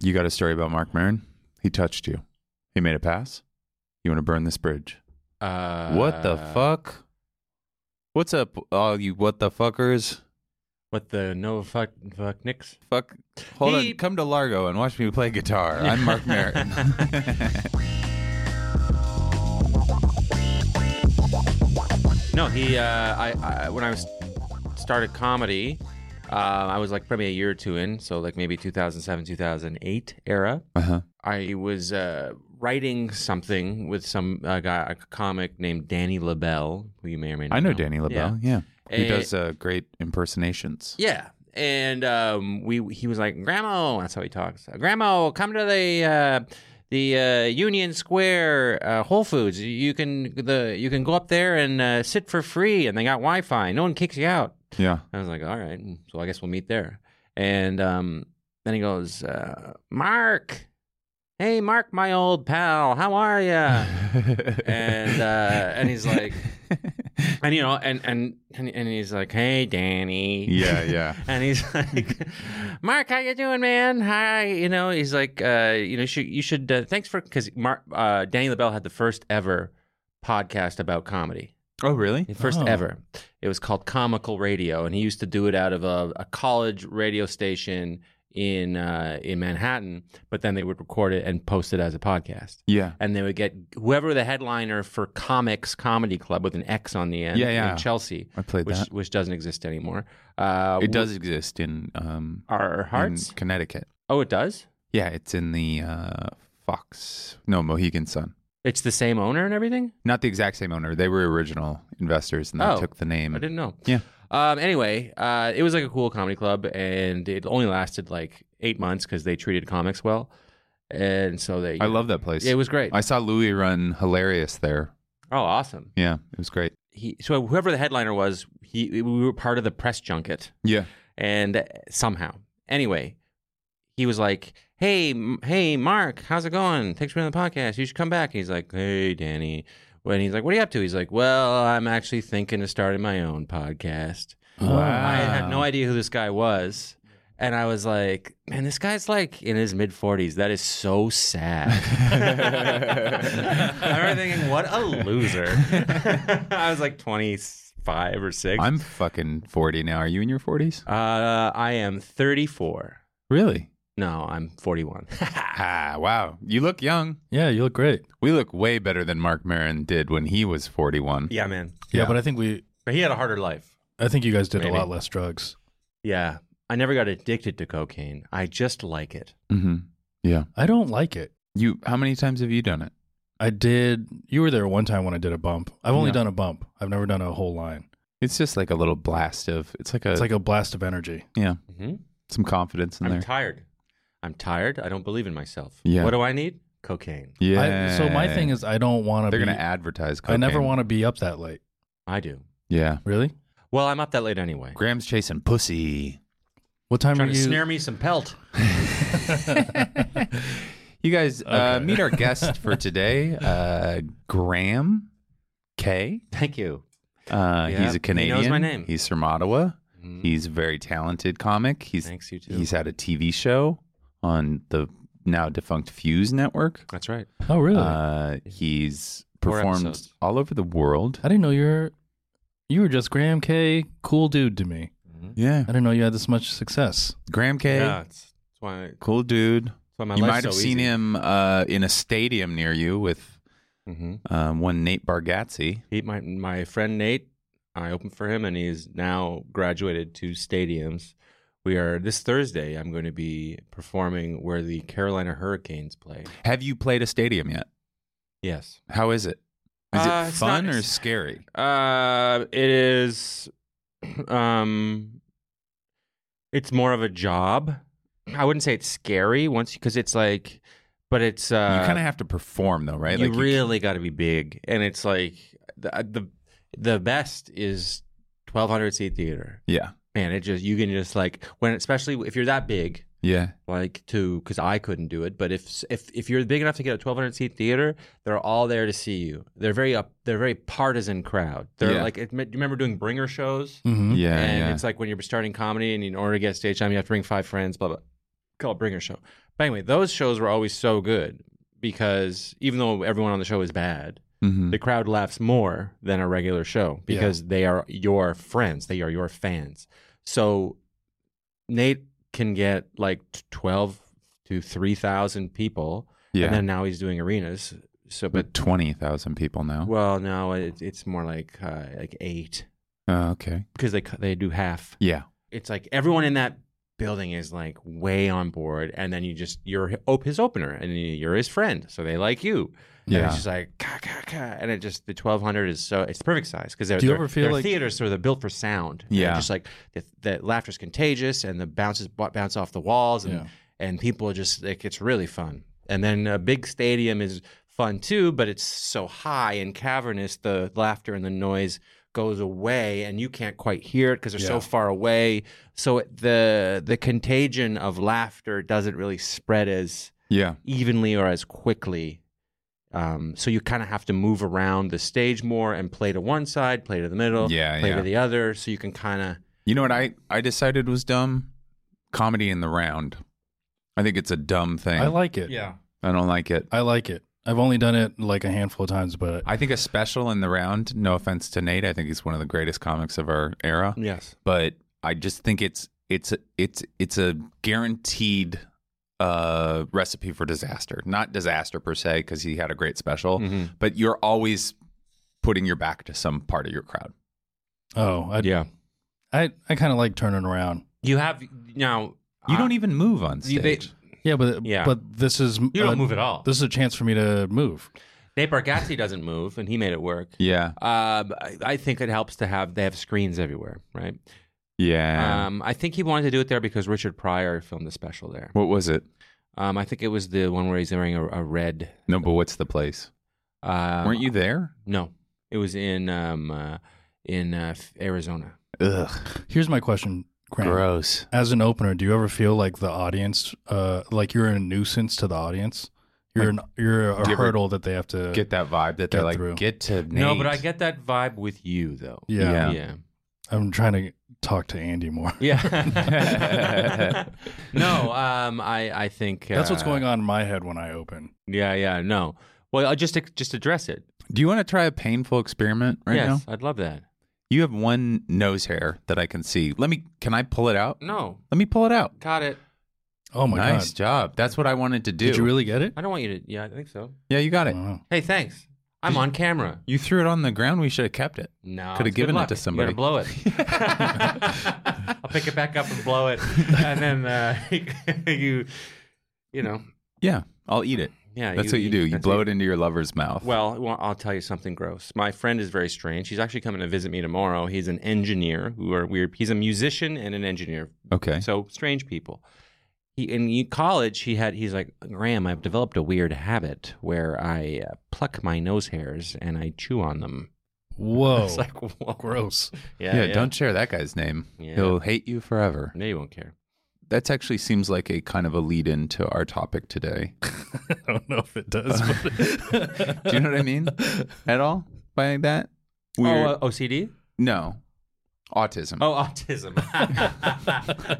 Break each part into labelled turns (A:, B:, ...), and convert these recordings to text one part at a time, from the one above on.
A: You got a story about Mark Marin? He touched you. He made a pass. You want to burn this bridge?
B: Uh,
A: what the fuck? What's up, all you what the fuckers?
B: What the no fuck fuck nicks?
A: Fuck. Hold
B: He-
A: on. Come to Largo and watch me play guitar. Uh, I'm Mark Marin.
B: No, he. Uh, I, I when I was started comedy, uh, I was like probably a year or two in, so like maybe 2007, 2008 era.
A: uh huh.
B: I was uh, writing something with some uh, guy, a comic named Danny LaBelle, who you may or may not
A: I know
B: know
A: Danny
B: Yeah.
A: LaBelle. Yeah. He
B: Eh,
A: does uh, great impersonations.
B: Yeah. And um, we he was like, Grandma, that's how he talks. Grandma, come to the uh, the uh, Union Square uh, Whole Foods. You can the you can go up there and uh, sit for free, and they got Wi-Fi. No one kicks you out.
A: Yeah.
B: I was like, all right, so I guess we'll meet there. And um, then he goes, uh, Mark, hey Mark, my old pal, how are you? and uh, and he's like, and you know, and and and and he's like, hey Danny,
A: yeah, yeah.
B: and he's like, "Mark, how you doing, man? Hi." You know, he's like, uh, "You know, you should, you should uh, thanks for because Mark uh, Danny LaBelle had the first ever podcast about comedy,
A: Oh, really?
B: The first
A: Oh.
B: ever. It was called Comical Radio, and he used to do it out of a, a college radio station in uh, in Manhattan. But then they would record it and post it as a podcast."
A: Yeah.
B: And they would get whoever the headliner for Comics Comedy Club with an X on the end
A: Yeah, yeah.
B: in Chelsea,
A: I played
B: which
A: that.
B: which doesn't exist anymore. Uh,
A: It does exist in um
B: our hearts.
A: in Connecticut.
B: Oh, it does.
A: Yeah, it's in the uh, Fox, no Mohegan Sun.
B: It's the same owner and everything.
A: Not the exact same owner. They were original investors, and they
B: Oh,
A: took the name.
B: I didn't know.
A: Mm. Yeah.
B: Um, anyway, uh, it was like a cool comedy club, and it only lasted like eight months because they treated comics well, and so they.
A: I love that place.
B: It was great.
A: I saw Louis run hilarious there.
B: oh, awesome.
A: Yeah, it was great.
B: He so whoever the headliner was, he we were part of the press junket.
A: Yeah,
B: and somehow anyway he was like hey M- hey mark how's it going thanks for being on the podcast you should come back he's like hey danny when he's like what are you up to he's like well i'm actually thinking of starting my own podcast
A: Oh, Wow.
B: Oh, i had no idea who this guy was and i was like man this guy's like in his mid 40s that is so sad i remember thinking what a loser i was like 25 or 6
A: I'm fucking forty now. Are you in your forties?
B: uh, I am 34.
A: Really?
B: No, I'm 41.
A: Ah, wow. You look young.
C: Yeah, you look great.
A: We look way better than Mark Marin did when he was forty-one.
B: yeah, man.
C: Yeah,
A: Yeah.
C: but I think we,
B: But he had a harder life.
C: I think you guys did
B: Maybe.
C: a lot less drugs.
B: Yeah. I never got addicted to cocaine. I just like it.
A: Mm-hmm. Yeah.
C: I don't like it.
A: You. How many times have you done it?
C: I did. You were there one time when I did a bump. I've only
A: Yeah.
C: done a bump. I've never done a whole line.
A: It's just like a little blast of. It's like a.
C: It's like a blast of energy.
A: yeah.
B: Mm-hmm.
A: Some confidence in
B: I'm
A: there.
B: tired. I'm tired. I don't believe in myself.
A: Yeah.
B: What do I need? Cocaine.
A: yeah.
C: I, so my thing is, I don't want to.
A: they're
C: be,
A: gonna advertise.
C: I
A: Cocaine.
C: never want to be up that late.
B: I do.
A: Yeah.
C: Really?
B: Well, I'm up that late anyway.
A: Graham's chasing pussy.
C: What time
B: Trying
C: are
B: to
C: you?
B: snare me some pelt.
A: You guys uh,
C: Okay.
A: meet our guest for today, uh, Graham K.
B: Thank you.
A: Uh,
B: Yeah,
A: He's a
B: he
A: Canadian.
B: knows my name.
A: He's from Ottawa.
B: Mhm.
A: He's a very talented comic. He's
B: Thanks, you too.
A: he's had a TV show on the now defunct Fuse Network.
B: That's right.
C: Oh, really?
A: Uh, he's
B: Four
A: performed
B: episodes.
A: all over the world.
C: I didn't know you're. You were just Graham K. Cool dude to me.
A: Yeah,
C: I didn't know you had this much success.
A: Graham K.
B: Mm-hmm. Yeah. That's that's why, that's
A: Cool dude.
B: why my
A: you might
B: life's
A: have
B: so
A: seen
B: easy.
A: him uh, in a stadium near you with
B: Mm-hmm.
A: um, one Nate Bargatze.
B: He, my my friend Nate, I opened for him, and he's now graduated to stadiums. We are this Thursday. I'm going to be performing where the Carolina Hurricanes play.
A: Have you played a stadium yet?
B: Yes,
A: How is it? Is
B: Uh,
A: it
B: it's
A: fun
B: not-
A: or scary?
B: uh, it is. Um, it's more of a job. I wouldn't say it's scary once because it's like, but it's uh,
A: you kind of have to perform though, right?
B: You
A: Like,
B: really got to be big, and it's like the the, the best is 1,200 seat theater.
A: yeah,
B: man, it just you can just like when especially if you're that big,
A: yeah.
B: like to because I couldn't do it. But if if if you're big enough to get a 1,200 seat theater, they're all there to see you. They're very up. They're very partisan crowd. They're
A: Yeah.
B: like it, you remember doing bringer shows,
C: Mm-hmm.
A: Yeah,
B: Hmm? and
A: yeah.
B: it's like when you're starting comedy and in order to get stage time, you have to bring five friends. Blah blah. called Bringer Show. But anyway, those shows were always so good because even though everyone on the show is bad,
A: Mm-hmm.
B: the crowd laughs more than a regular show because they are your friends, they are your fans. So Nate can get like 12 to 3,000 people
A: Yeah.
B: and then now he's doing arenas. So but
A: but 20,000 people now.
B: well, no, it, it's more like uh, like 8
A: Oh, okay.
B: because they cu- they do half
A: Yeah.
B: it's like everyone in that building is like way on board and then you just you're hi- op- his opener and you're his friend so they like you yeah and
A: Yeah.
B: it's just like ka, ka, ka. and it just the 1200 is so it's perfect size because they're,
C: Do you
B: they're,
C: ever feel
B: they're
C: like-
B: theaters so they're built for sound They're
A: Yeah.
B: just like the, the laughter's contagious and the bounces b- bounce off the walls and
C: Yeah.
B: and people are just like it's really fun and then a big stadium is fun too but it's so high and cavernous the laughter and the noise goes away and you can't quite hear it because they're so
C: Yeah.
B: far away so it- the the contagion of laughter doesn't really spread as
A: Yeah.
B: evenly or as quickly um, so you kind of have to move around the stage more and play to one side play to the middle
A: Yeah,
B: play
A: yeah.
B: to the other so you can kind of
A: You know what I, I decided was dumb? Comedy in the round. I think it's a dumb thing.
C: I like it.
A: I don't like it.
C: I like it. I've only done it like a handful of times, but
A: I think a special in the round, no offense to Nate, I think he's one of the greatest comics of our era,
B: yes
A: but I just think it's it's it's it's a guaranteed uh recipe for disaster. Not disaster per se cuz he had a great special,
B: Hmm. Mm-hmm.
A: but you're always putting your back to some part of your crowd.
C: oh, I
B: yeah
C: I, I kind of like turning around.
B: you have now
A: You
B: I-
A: don't even move on
B: Ah. you- e-,
A: stage.
B: they-
C: Yeah, but
B: Yeah.
C: but this is uh,
B: you don't move at all
C: This is a chance for me to move.
B: Nate Bargatze doesn't move, and he made it work.
A: yeah.
B: Um, I, I think it helps to have they have screens everywhere, right?
A: Yeah.
B: Um, I think he wanted to do it there because Richard Pryor filmed a special there.
A: what was it?
B: Um, I think it was the one where he's wearing a, a red.
A: No, but what's the place?
B: Um,
A: Weren't you there?
B: No, it was in um, uh, in uh, F- Arizona.
A: Ugh.
C: Here's my question, Graham.
A: Gross.
C: As an opener, do you ever feel like the audience, uh, like you're a nuisance to the audience? You're an, you're a
A: do you ever
C: hurdle that they have to
A: Get that vibe that they're
C: Get
A: like
C: through.
A: get to Nate.
B: uh, No, but I get that vibe with you though.
C: Yeah.
A: Yeah.
B: yeah.
C: I'm trying to talk to Andy more.
B: Yeah. no, um, I I think
C: That's what's
B: uh,
C: going on in my head when I open.
B: Yeah, yeah, no. Well, I just just address it.
A: Do you want to try a painful experiment right
B: yes,
A: now?
B: I'd love that.
A: You have one nose hair that I can see. Let me. Can I pull it out?
B: No,
A: Let me pull it out.
B: got it.
C: Oh my
A: nice
C: god!
A: job. That's what I wanted to do.
C: Did you really get it? Oh.
B: I don't want you to. Yeah, I think so.
A: Yeah, you got it.
C: Wow.
B: Hey, thanks. I'm on camera.
A: You threw it on the ground. We should have kept it.
B: No,
A: Coulda
B: it's good
A: given it
B: luck.
A: to somebody.
B: You gotta blow it. I'll pick it back up and blow it, and then uh, you, you know,
A: Yeah, I'll eat it.
B: yeah.
A: That's what you do. You
B: that's
A: blow
B: what
A: it into your lover's mouth.
B: Well, well, I'll tell you something gross. My friend is very strange. He's actually coming to visit me tomorrow. He's an engineer who are weird. He's a musician and an engineer.
A: okay.
B: So strange people. He in y- college, he had. He's like Graham. I've developed a weird habit where I uh, pluck my nose hairs and I chew on them.
C: Whoa!
B: It's like whoa.
C: gross.
A: Oh, yeah, don't share that guy's name.
B: Yeah.
A: He'll hate you forever.
B: No, you won't care.
A: That actually seems like a kind of a lead in to our topic today.
C: I don't know if it does. But
A: Do you know what I mean? At all by that? Weird.
B: Oh, uh, OCD?
A: no. Autism.
B: Oh, autism.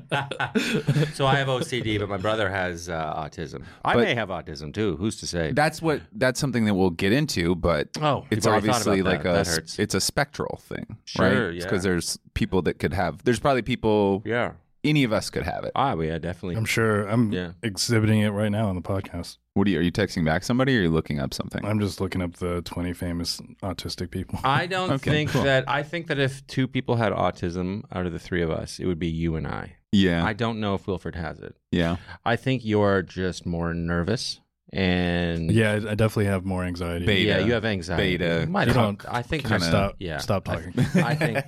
B: so I have OCD, but my brother has uh, autism. I
A: But-
B: may have autism too. Who's to say?
A: That's what. That's something that we'll get into. But
B: oh,
A: it's
B: you've already thought
A: obviously
B: about
A: like
B: that.
A: a
B: That
A: s-
B: hurts.
A: it's a spectral thing,
B: Sure,
A: right?
B: yeah.
A: Because there's people that could have. There's probably people.
B: yeah.
A: Any of us could have it.
B: Ah, yeah, definitely.
C: I'm sure I'm
B: Yeah.
C: exhibiting it right now on the podcast.
A: What are you? Are you texting back somebody, or are you looking up something?
C: I'm just looking up the 20 famous autistic people.
B: I don't
A: Okay,
B: think
A: cool.
B: that. I think that if two people had autism out of the three of us, it would be you and I.
A: Yeah,
B: I don't know if Wilfred has it.
A: yeah.
B: I think you're just more nervous and
C: Yeah, I, I definitely have more anxiety.
A: Beta.
B: Yeah, you have anxiety.
A: Beta,
B: Might
C: You
B: have-
C: don't-
B: I think
A: kinda-
C: Stop.
B: Yeah.
C: Stop
B: I-
C: talking.
B: I think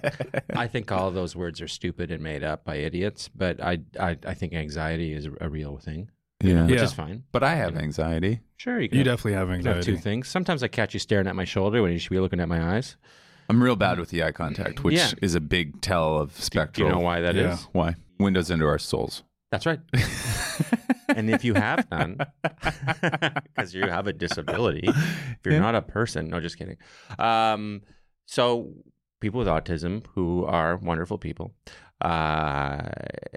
B: I think all those words are stupid and made up by idiots, but I I, I think anxiety is a real thing,
A: yeah,
B: which
C: Yeah.
B: is fine.
A: But I have anxiety.
B: Sure, you can,
C: you
B: have,
C: definitely have
B: you can have two
C: anxiety.
B: things. Sometimes I catch you staring at my shoulder when you should be looking at my eyes.
A: I'm real bad with the eye contact, which
B: Yeah.
A: is a big tell of
B: Do
A: spectral.
B: you know why that is?
C: Yeah.
A: Why? Windows into our souls.
B: That's right. and if you have none, because you have a disability, if you're not a person, no, just kidding. Um, so people with autism who are wonderful people uh,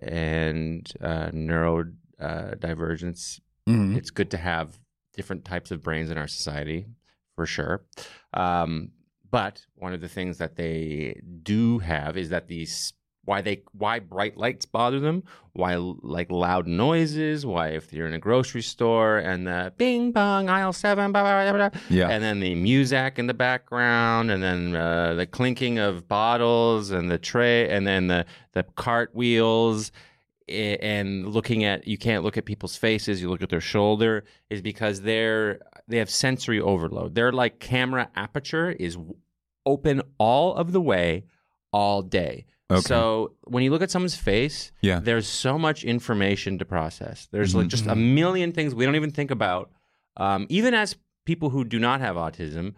B: and uh, neuro uh, divergence
C: Mhm.
B: it's good to have different types of brains in our society for sure um, but one of the things that they do have is that these why they why bright lights bother them why like loud noises why if you're in a grocery store and the bing bong aisle seven blah, blah, blah, blah,
A: Yeah.
B: and then the muzak in the background and then uh, the clinking of bottles and the tray and then the the cartwheels i- and looking at you can't look at people's faces you look at their shoulder is because they're they have sensory overload their like camera aperture is w- open all of the way all day
A: Okay.
B: so when you look at someone's face
A: yeah.
B: there's so much information to process. There's like
A: Mhm.
B: just a million things we don't even think about. Um, even as people who do not have autism,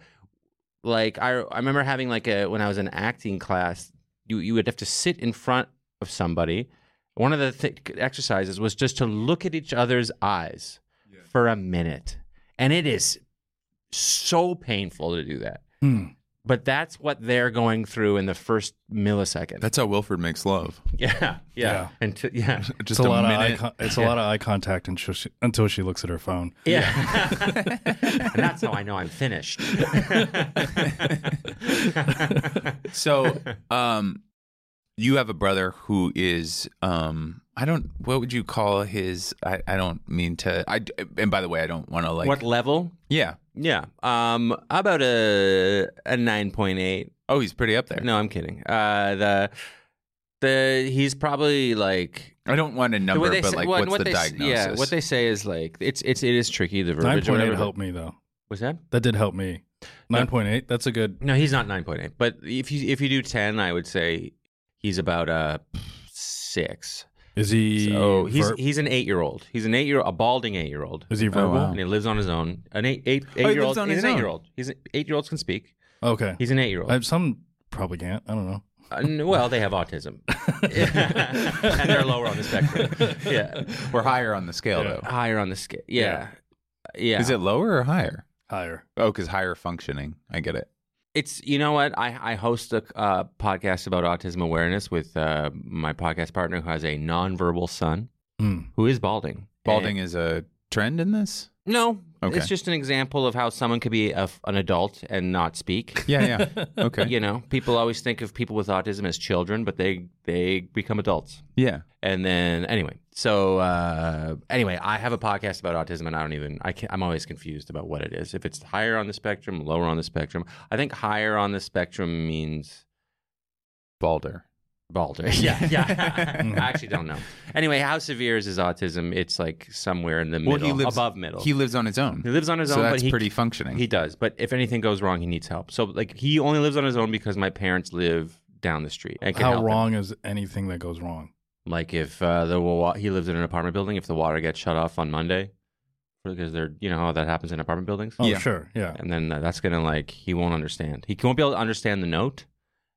B: like I, I remember having like a when I was in acting class, you you would have to sit in front of somebody. One of the th- exercises was just to look at each other's eyes for a minute, and it is so painful to do that.
C: Hmm.
B: But that's what they're going through in the first millisecond.
A: That's how Wilfred makes love.
B: yeah, yeah,
C: Yeah.
B: and t- yeah.
A: Just
C: it's
A: a,
C: a, lot
A: minute.
C: of eye con- it's a lot of eye contact until she, until she looks at her phone.
B: Yeah. and that's how I know I'm finished.
A: So, um, you have a brother who is, um, I don't, what would you call his? I, I don't mean to, I, and by the way, I don't want to like,
B: what level?
A: yeah.
B: Yeah. Um about a a 9.8.
A: Oh, he's pretty up there.
B: No, I'm kidding. Uh the the he's probably like
A: I don't want a
B: the way
A: number,
B: they
A: but
B: say-
A: like,
B: what-
A: what's
B: what
A: the
B: they s-
A: diagnosis?
B: Yeah, what they say is like it's it's it is tricky the
C: Nine
B: verbiage or
C: point eight
B: whatever.
C: helped me though.
B: Was that?
C: That did help me.
B: No.
C: Nine point eight. That's a good.
B: No, he's not 9.8. But if you if you do 10, I would say he's about uh 6.
C: Is he?
B: So he's Oh,
C: ver-
B: he's an eight year old. He's an eight year a balding eight year old,
C: is he verbal?
A: wow.
B: and he lives on his own. An eight eight
A: Oh, lives
B: eight year old.
A: on
B: He's
A: his
B: an
A: own.
B: eight year old. He's eight year olds can speak.
C: Okay.
B: He's an eight year old.
C: I, some probably can't. I don't know.
B: well, they have autism, and they're lower on the spectrum. Yeah,
A: We're higher on the scale,
C: Yeah.
A: though.
B: higher on the scale. Yeah, yeah.
A: Is it lower or higher?
C: Higher.
A: Oh, because higher functioning. I get it.
B: It's you know what I I host a uh, podcast about autism awareness with uh, my podcast partner who has a nonverbal son
C: Hmm.
B: who is balding.
A: Balding is a trend in this.
B: No,
A: Okay.
B: it's just an example of how someone could be a, an adult and not speak.
A: Yeah, yeah. Okay.
B: You know, people always think of people with autism as children, but they they become adults.
A: Yeah.
B: And then anyway, so uh, anyway, I have a podcast about autism, and I don't even I can't, I'm always confused about what it is. If it's higher on the spectrum, lower on the spectrum. I think higher on the spectrum means
A: Balder.
B: balder. Yeah, yeah.
A: Mm-hmm.
B: I actually don't know. Anyway, how severe is his autism? It's like somewhere in the middle,
A: Well, he lives-
B: above middle.
A: He lives on his own.
B: He lives on his
A: so
B: own,
A: that's
B: but he
A: pretty functioning.
B: He does, but if anything goes wrong, he needs help. So like he only lives on his own because my parents live down the street. And can
C: How
B: help him.
C: wrong is anything that goes wrong?
B: Like if uh, the wa- he lives in an apartment building, if the water gets shut off on Monday, because they're you know how that happens in apartment buildings,
C: Oh
A: Yeah.
C: sure. Yeah.
B: and then that's gonna like he won't understand. He won't be able to understand the note,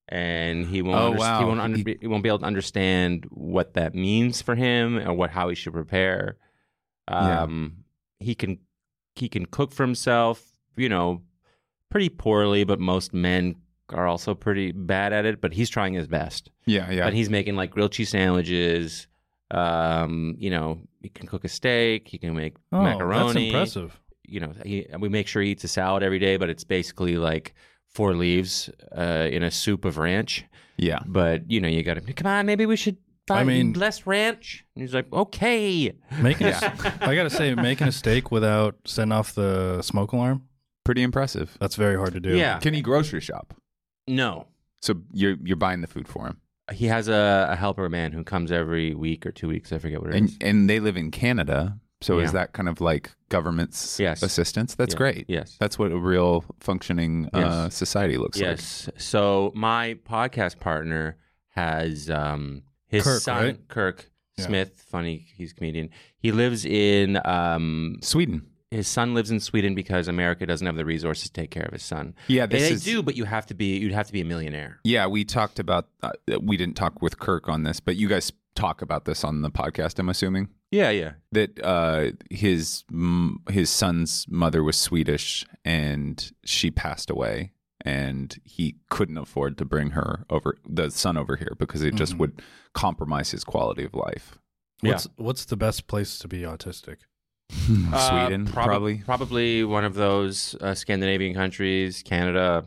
B: and he won't.
A: Oh,
B: underst-
A: wow.
B: He won't, under-
A: He-
B: he won't be able to understand what that means for him or what how he should prepare.
A: Yeah.
B: Um, he can he can cook for himself, you know, pretty poorly, but most men are also pretty bad at it. But he's trying his best.
A: yeah, yeah.
B: But he's making like grilled cheese sandwiches. Um, you know, he can cook a steak. He can make
C: Oh, That's
B: macaroni.
C: impressive.
B: You know, he, we make sure he eats a salad every day, but it's basically like four leaves uh, in a soup of ranch.
A: yeah.
B: But you know, you got to come on. Maybe we should buy
C: I mean-
B: less ranch. And he's like, okay.
C: Making. a s- I gotta say, making a steak without setting off the smoke alarm.
A: Pretty impressive.
C: That's very hard to do.
B: Yeah.
A: Can he grocery shop?
B: No,
A: So you're you're buying the food for him,
B: he has a, a helper man who comes every week or two weeks. I forget what it is.
A: and and they live in Canada. So
B: Yeah.
A: is that kind of like government's
B: Yes.
A: assistance? That's
B: Yeah.
A: great.
B: Yes.
A: That's what a real functioning uh, society looks
B: Yes. So my podcast partner has um, his
C: Kirk,
B: son
C: right?
B: Kirk
C: Yeah.
B: Smith. Funny, he's a comedian. He lives in um,
A: like. Sweden.
B: his son lives in Sweden because America doesn't have the resources to take care of his son.
A: Yeah,
B: They,
A: this
B: they
A: is
B: do, but you have to be you'd have to be a millionaire.
A: Yeah, we talked about uh, we didn't talk with Kirk on this, but you guys talk about this on the podcast. I'm assuming
B: Yeah, yeah.
A: that uh, his m- his son's mother was Swedish and she passed away, and he couldn't afford
B: Mm-hmm.
A: to bring her over the son over here because it just
C: Mhm.
A: would compromise his quality of life.
C: What's what's the best place to be autistic?
B: Uh,
A: Sweden,
B: prob-
A: probably.
B: Probably one of those uh, Scandinavian countries, Canada,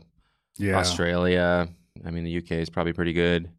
C: Yeah.
B: Australia. I mean, the UK is probably pretty good.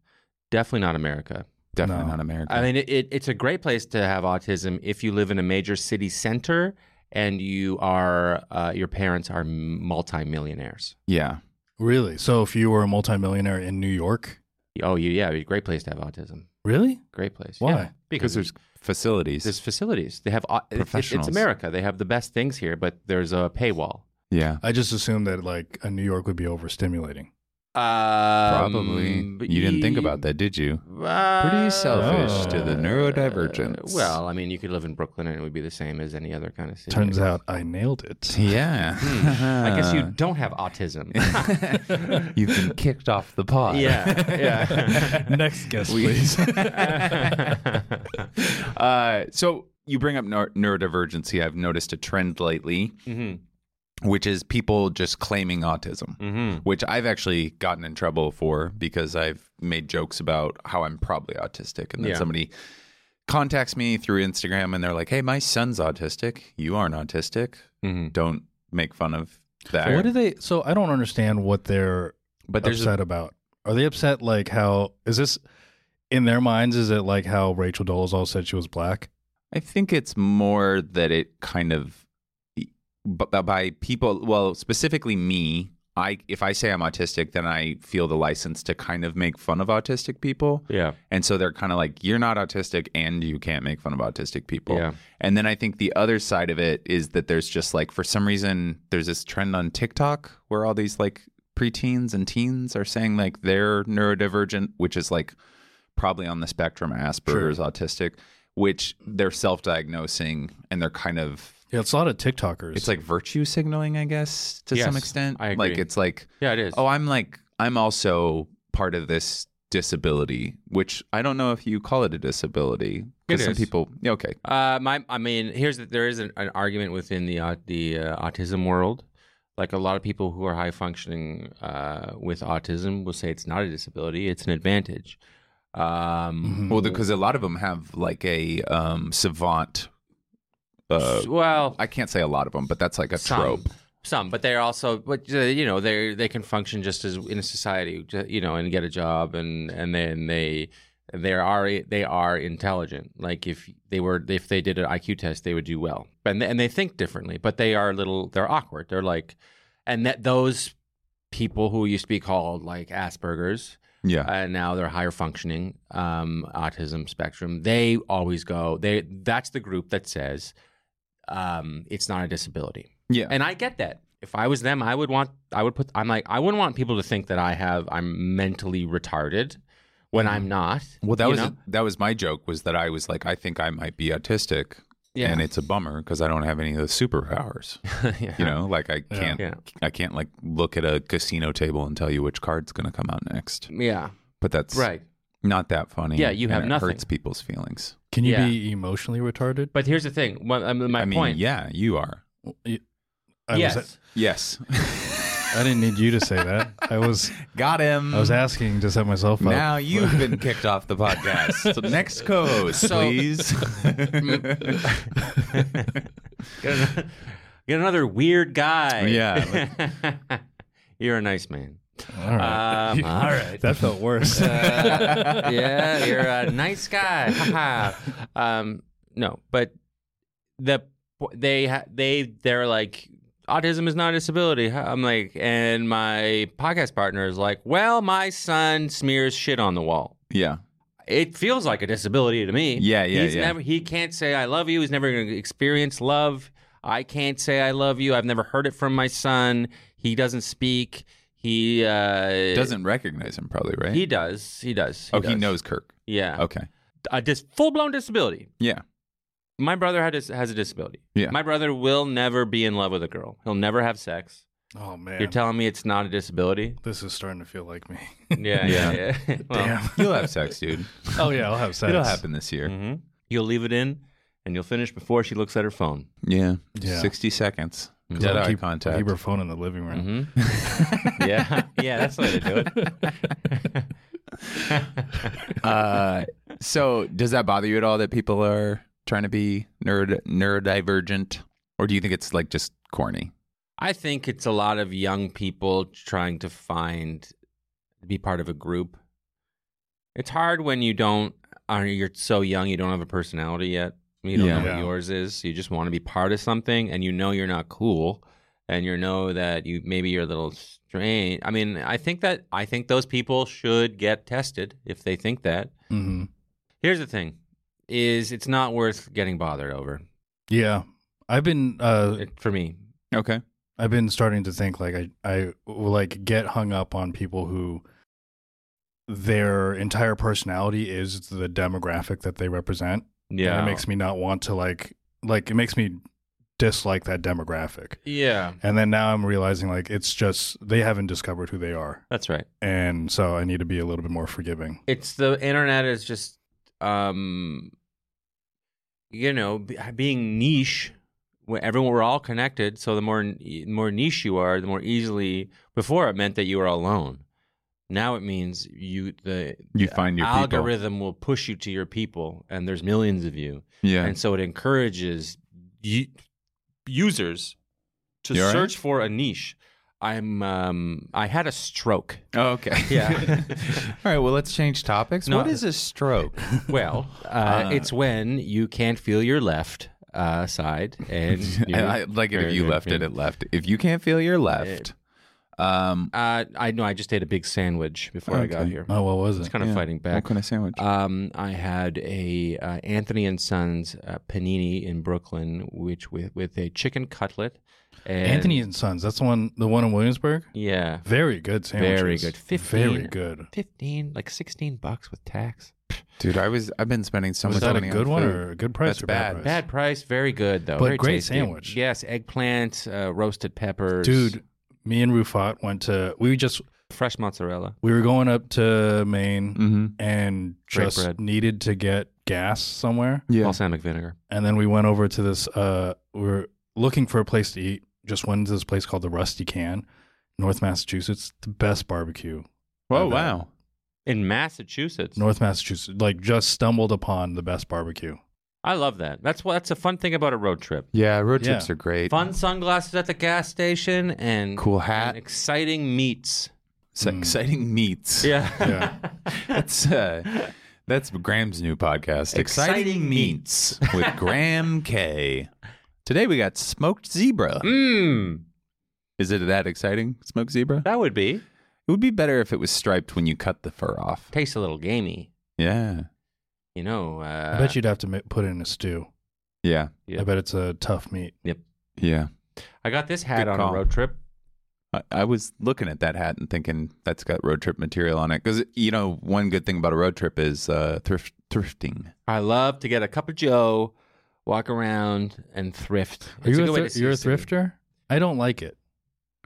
B: Definitely not America.
A: Definitely
C: No.
A: not America.
B: I mean, it, it, it's a great place to have autism if you live in a major city center and you are uh, your parents are multimillionaires.
A: yeah.
C: Really? So if you were a multimillionaire in New York,
B: Oh, you yeah, it'd be a great place to have autism.
C: really?
B: Great place.
C: Why?
B: Yeah,
A: Because there's facilities.
B: there's facilities. They have au- it- it-
A: Professionals.
B: It's America. They have the best things here, but there's a paywall.
A: yeah.
C: I just assumed that like a New York would be overstimulating.
B: Um,
A: Probably.
B: but
A: you didn't think
B: ye-
A: about that, did you?
B: Uh,
A: selfish to the neurodivergents.
B: well, I mean, you could live in Brooklyn and it would be the same as any other kind of city.
C: Turns out I nailed it.
A: Yeah.
B: Hmm. I guess
A: Uh.
B: you don't have autism.
A: You've been kicked off the pod.
B: yeah,
C: Next guest,
A: We-
C: please.
A: uh, so you bring up neur- neurodivergency. I've noticed a trend lately,
B: hmm
A: which is people just claiming autism.
B: hmm
A: which I've actually gotten in trouble for because I've made jokes about how I'm probably autistic. And then
B: Yeah.
A: somebody contacts me through Instagram and they're like, hey, my son's autistic. You aren't autistic.
B: hmm
A: Don't make fun of that.
C: what do they? So I don't understand what they're
A: but there's a,
C: upset about. Are they upset like how is this in their minds? Is it like how Rachel Dolezal said she was black?
A: I think it's more that it kind of, but by people, well, specifically me, I, if I say I'm autistic, then I feel the license to kind of make fun of autistic people.
B: Yeah.
A: And so they're kind of like, you're not autistic and you can't make fun of autistic people.
B: Yeah.
A: And then I think the other side of it is that there's just like, for some reason, there's this trend on TikTok where all these like preteens and teens are saying like they're neurodivergent, which is like probably on the spectrum, Asperger's, autistic, which they're self diagnosing and they're kind of,
C: Yeah, it's a lot of TikTokers.
A: it's like virtue signaling, I guess, to
B: Yes,
A: some extent.
B: I
A: Like,
B: agree.
A: it's like,
B: Yeah, it is.
A: Oh, I'm like I'm also part of this disability, which I don't know if you call it a disability.
B: It
A: Because some
B: is.
A: people, yeah, okay,
B: Uh, my, I mean, here's the, there is an, an argument within the au- the uh, autism world. Like a lot of people who are high functioning uh, with autism will say it's not a disability; it's an advantage. Um,
A: Mm-hmm. well, because a lot of them have like a um, savant. Uh,
B: s- well,
A: I can't say a lot of them, but that's like a
B: some,
A: trope.
B: Some, but they're also, but uh, you know, they they can function just as in a society, ju- you know, and get a job, and and then they they are they are intelligent. Like if they were if they did an IQ test, they would do well, and they, and they think differently, but they are a little they're awkward. They're like, and that those people who used to be called like Aspergers
A: Yeah,
B: and now they're higher functioning um, autism spectrum. They always go. They that's the group that says um, it's not a disability,
A: yeah,
B: and I get that. If I was them, I would want. I would put. I'm like. I wouldn't want people to think that I have. I'm mentally retarded when I'm not.
A: Mm. Well, that
B: you
A: was
B: know?
A: that was my joke was that I was like, I think I might be autistic,
B: Yeah.
A: and it's a bummer because I don't have any of the superpowers.
B: yeah.
A: You know, like I can't,
B: Yeah.
A: I can't like look at a casino table and tell you which card's going to come out next.
B: Yeah.
A: But that's
B: Right.
A: not that funny.
B: Yeah, you
A: and
B: have
A: it
B: nothing.
A: Hurts people's feelings.
C: Can you
B: Yeah.
C: be emotionally retarded?
B: But here's the thing. Well, I mean, my
A: I mean,
B: point.
A: yeah, you are.
C: I
B: yes.
C: was,
A: Yes,
C: I didn't need you to say that. I was
A: got him.
C: I was asking to set myself up.
A: now you've been kicked off the podcast. So next co-host,
B: So-
A: please.
B: Get another, get another weird guy.
A: Yeah.
B: You're a nice man.
C: all right.
B: Um, all right.
C: That felt worse.
B: Uh, yeah, you're a nice guy. Haha. um, no, but the they ha- they they're like autism is not a disability. Huh? I'm like, and my podcast partner is like, well, my son smears shit on the wall.
A: yeah,
B: It feels like a disability to me.
A: Yeah, yeah,
B: He's
A: yeah.
B: Never, he can't say I love you. He's never going to experience love. I can't say I love you. I've never heard it from my son. He doesn't speak. He uh,
A: doesn't recognize him probably, right?
B: He does. He does.
A: oh, he
B: does.
A: knows Kirk.
B: Yeah.
A: Okay,
B: A dis- full blown disability.
A: yeah,
B: My brother had a, has a disability.
A: Yeah.
B: My brother will never be in love with a girl. He'll never have sex.
C: oh man.
B: You're telling me it's not a disability?
C: this is starting to feel like me.
B: Yeah.
A: Yeah.
B: Yeah. yeah. Well,
C: Damn.
A: you'll have sex, dude.
C: Oh yeah, I'll have sex.
A: It'll happen this year.
B: mhm. You'll leave it in, and you'll finish before she looks at her phone.
A: Yeah,
C: Yeah.
A: sixty seconds.
B: Mhm.
A: Dead
C: I'll
A: eye
C: keep, I'll
A: contact.
C: keep her phone in the living room.
B: hmm yeah. Yeah. That's the way to do it.
A: Uh, So, does that bother you at all that people are trying to be nerd neurodivergent, or do you think it's like just corny?
B: I think it's a lot of young people trying to find be part of a group. It's hard when you don't are you're so young you don't have a personality yet. You don't
A: Yeah.
B: know what
C: Yeah.
B: yours is. So you just want to be part of something and you know you're not cool and you know that you maybe you're a little strange. I mean, I think that I think those people should get tested if they think that.
C: hmm
B: Here's the thing is it's not worth getting bothered over.
C: Yeah, I've been uh,
B: It, for me.
A: Okay.
C: I've been starting to think like I I like get hung up on people who their entire personality is the demographic that they represent.
B: Yeah.
C: and it makes me not want to like like it makes me dislike that demographic.
B: yeah.
C: And then now I'm realizing like it's just they haven't discovered who they are,
B: That's right.
C: and so I need to be a little bit more forgiving.
B: it's the internet is just um you know b- being niche where everyone we're all connected so the more n- more niche you are the more easily before it meant that you were alone now it means you the
A: You find your
B: algorithm will push you to your people and there's millions of you
A: people. Yeah.
B: and so it encourages u- users to
A: You all right?
B: search for a niche i'm um i had a stroke
A: Oh, okay.
B: Yeah.
A: All right. Well, let's change topics.
B: No.
A: What is a stroke?
B: Well, uh, it's when you can't feel your left uh, side, and
A: And
B: you-
A: I like it if you left it, it left. If you can't feel your left, um,
B: Uh, I know. I just ate a big sandwich before I got
A: Okay.
B: here.
C: Oh, what was
B: It's
C: it?
B: kind of
A: Yeah.
B: fighting
A: what
B: back.
A: kind of sandwich?
C: Uh,
B: Um, I had a uh, Anthony and Sons uh, panini in Brooklyn, which with with a chicken cutlet. And,
C: Anthony and Sons. That's the one. The one in Williamsburg.
B: Yeah,
C: Very good sandwiches.
B: Very good. 15.
C: Very good.
B: fifteen, like sixteen bucks with tax.
A: Dude, I was I've been spending so
C: Was
A: much
C: that a
A: money
C: good
A: on
C: one
A: food.
C: or a good price
A: That's
C: or
A: bad.
C: price?
B: Bad price, very good though.
C: But
B: very
C: great
B: tasty.
C: sandwich.
B: Yes, eggplant, uh, roasted peppers,
C: Dude, me and Rufat went to. We just
B: fresh mozzarella.
C: we were going up to Maine
A: Mm-hmm.
C: and
B: Mm. Great
C: just
B: bread.
C: needed to get gas somewhere,
A: Yeah.
B: Balsamic vinegar.
C: and then we went over to this. Uh, we were looking for a place to eat. Just went to this place called the Rusty Can, North Massachusetts. The best barbecue,
A: Whoa,
C: Okay.
A: wow.
B: In Massachusetts.
C: North Massachusetts. Like just stumbled upon the best barbecue.
B: I love that. That's what that's a fun thing about a road trip.
A: Yeah, road
C: Yeah.
A: trips are great.
B: Fun sunglasses at the gas station and
A: Cool hat.
B: and exciting meats.
A: It's
C: Mm.
A: exciting meats.
B: Yeah.
C: Yeah.
A: That's uh, that's Graham's new podcast.
B: Exciting
A: meats with Graham K. Today we got smoked zebra.
B: Mmm.
A: Is it that exciting? Smoked zebra?
B: That would be.
A: It would be better if it was striped when you cut the fur off.
B: Tastes a little gamey.
A: Yeah.
B: You know, uh
C: I bet you'd have to ma- put it in a stew.
A: Yeah.
B: Yeah.
C: I bet it's a tough meat.
A: Yeah.
B: I got this hat
A: Good
B: on
A: call.
B: a road trip.
A: I, I was looking at that hat and thinking that's got road trip material on it because you know one good thing about a road trip is uh, thrift thrifting.
B: I love to get a cup of joe, walk around and thrift.
C: Are
B: It's
C: you
B: a
C: a,
B: good way
C: thr-
B: to see
C: you're a
B: the city.
C: thrifter? I don't like it.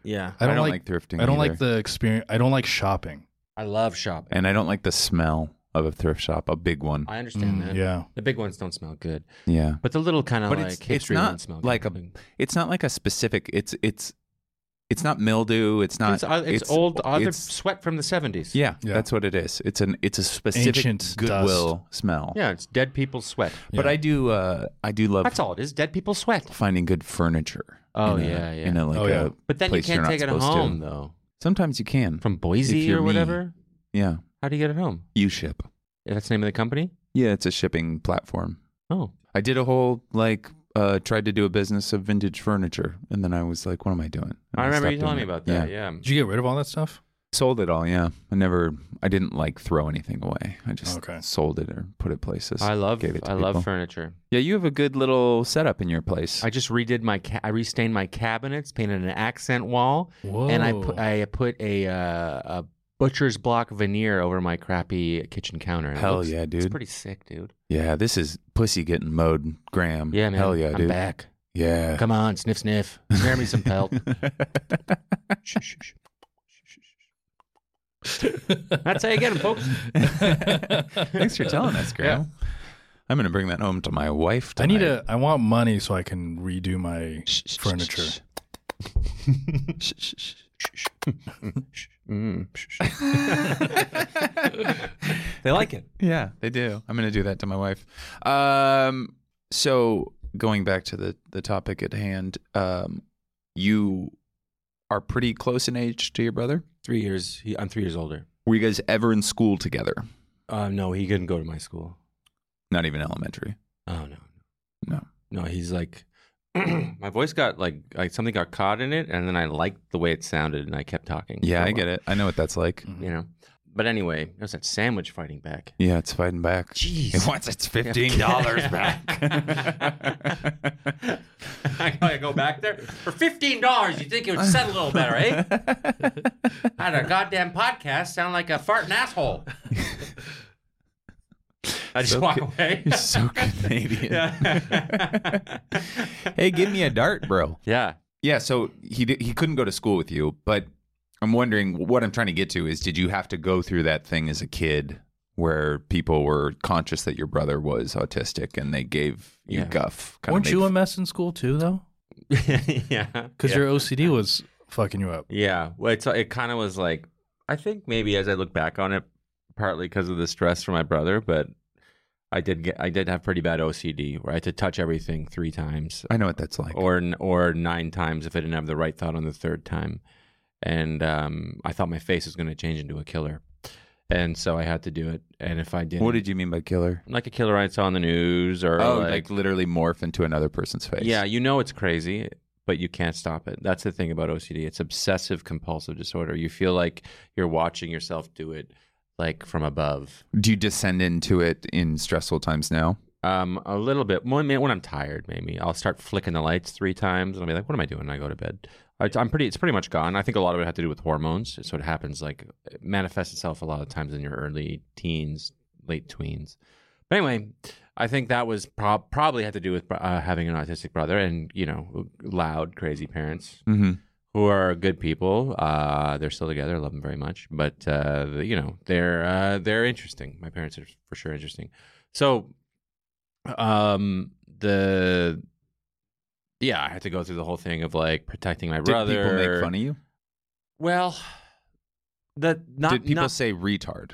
B: Yeah.
C: I don't, like,
A: thrifting.
C: I don't
A: either.
C: like the experience. I don't like shopping.
B: I love shopping.
A: and I don't like the smell of a thrift shop, a big one.
B: I understand
C: Mm,
B: that.
C: yeah.
B: The big ones don't smell good.
A: yeah,
B: But the little kind of
A: But
B: like
A: it's- it's
B: hipstery
A: not
B: ones smell
A: like
B: good.
A: a- it's not like a specific. It's it's it's not mildew. It's not.
B: it's, uh, it's, old other
A: it's-
B: sweat from the 70s.
A: yeah,
C: Yeah.
A: that's what it is. It's an it's a specific
C: Ancient
A: goodwill smell.
B: Yeah, it's dead people's sweat.
A: But
C: Yeah.
A: I do uh, I do love
B: That's all it is, dead people's sweat.
A: finding good furniture.
B: Oh,
A: in a-
B: yeah, yeah.
A: You know, like
C: Oh, yeah.
A: a
B: But then you
A: place you're
B: can't
A: not
B: take it
A: supposed
B: home
A: To.
B: though.
A: Sometimes you can.
B: From Boise
A: you're
B: or
A: me.
B: whatever.
A: yeah,
B: How do you get it home?
A: you ship.
B: Yeah, that's the name of the company.
A: Yeah, it's a shipping platform.
B: Oh,
A: I did a whole like uh tried to do a business of vintage furniture and then I was like, what am I doing? And
B: I remember you
A: stopped
B: telling me
A: doing it.
B: about that. Yeah.
C: Did you get rid of all that stuff?
A: Sold it all, yeah. I never I didn't like throw anything away. I just
C: Okay.
A: sold it or put it places.
B: I love I
A: Gave it to people.
B: love furniture.
A: yeah, you have a good little setup in your place.
B: I just redid my ca- I restained my cabinets, painted an accent wall,
C: Whoa.
B: and I put I put a uh, a butcher's block veneer over my crappy kitchen counter. It
A: Hell
B: looks-
A: yeah,
B: It's
A: dude.
B: pretty sick, dude.
A: yeah, this is pussy getting mowed, Graham.
B: Yeah, man.
A: Hell yeah,
B: I'm
A: dude.
B: back.
A: Yeah.
B: Come on, sniff, sniff. Spare me some pelt. Shh, shh, shh. That's how you get 'em, folks.
A: Thanks for telling us, Graham. I'm gonna bring that home to my wife.
C: I need
A: tonight.
C: a. I want money so I can redo my furniture.
B: Mm. They like it.
A: Yeah, they do. I'm going to do that to my wife. Um, so going back to the the topic at hand, um, you are pretty close in age to your brother.
B: Three years. He, I'm three years older.
A: Were you guys ever in school together?
B: Uh, no, he couldn't go to my school.
A: Not even elementary.
B: Oh no,
A: No.
B: no. He's like, my voice got like, like something got caught in it, and then I liked the way it sounded, and I kept talking.
A: Yeah, I get it. I know what that's like.
B: You know. But anyway, there's that sandwich fighting back.
A: Yeah, it's fighting back.
B: Jeez.
A: It wants its fifteen dollars back.
B: I gotta go back there for fifteen dollars. You think it would settle a little better, eh? Had a goddamn podcast sound like a farting asshole. I just
A: So
B: walk
A: ca-
B: away.
A: You're so Canadian.
B: yeah.
A: Hey, give me a dart, bro.
B: yeah.
A: Yeah, so he di- he couldn't go to school with you, but I'm wondering what I'm trying to get to is did you have to go through that thing as a kid where people were conscious that your brother was autistic and they gave you
B: Yeah.
A: guff? kinda
C: Weren't
A: made
C: you a
A: f-
C: mess in school too, though?
B: yeah.
C: Because
B: yeah.
C: your OCD was fucking you up.
B: Yeah. Well, it's, it kind of was like, I think maybe as I look back on it, partly because of the stress from my brother, but I did get, I did have pretty bad OCD where I had to touch everything three times
A: I know what that's like.
B: or, n- or nine times if I didn't have the right thought on the third time. And um, I thought my face was going to change into a killer. And so I had to do it. And if I didn't,
A: what did you mean by killer?
B: like a killer I saw on the news or
A: Oh, like,
B: like
A: literally morph into another person's face.
B: yeah, you know it's crazy, but you can't stop it. That's the thing about OCD. It's obsessive compulsive disorder. You feel like you're watching yourself do it like from above.
A: Do you descend into it in stressful times now?
B: Um, a little bit. When, when I'm tired, maybe I'll start flicking the lights three times, and I'll be like, "What am I doing?" And I go to bed. I, I'm pretty. It's pretty much gone. I think a lot of it had to do with hormones. So it happens like it manifests itself a lot of times in your early teens, late tweens. But anyway, I think that was prob- probably had to do with uh, having an autistic brother and you know loud, crazy parents
A: Mm-hmm.
B: who are good people. Uh, they're still together. I love them very much. But uh, the- you know, they're uh, they're interesting. My parents are for sure interesting. So, um, the yeah, I had to go through the whole thing of like protecting my brother.
A: Did people make fun of you?
B: Well, the not
A: Did people
B: not-
A: say retard?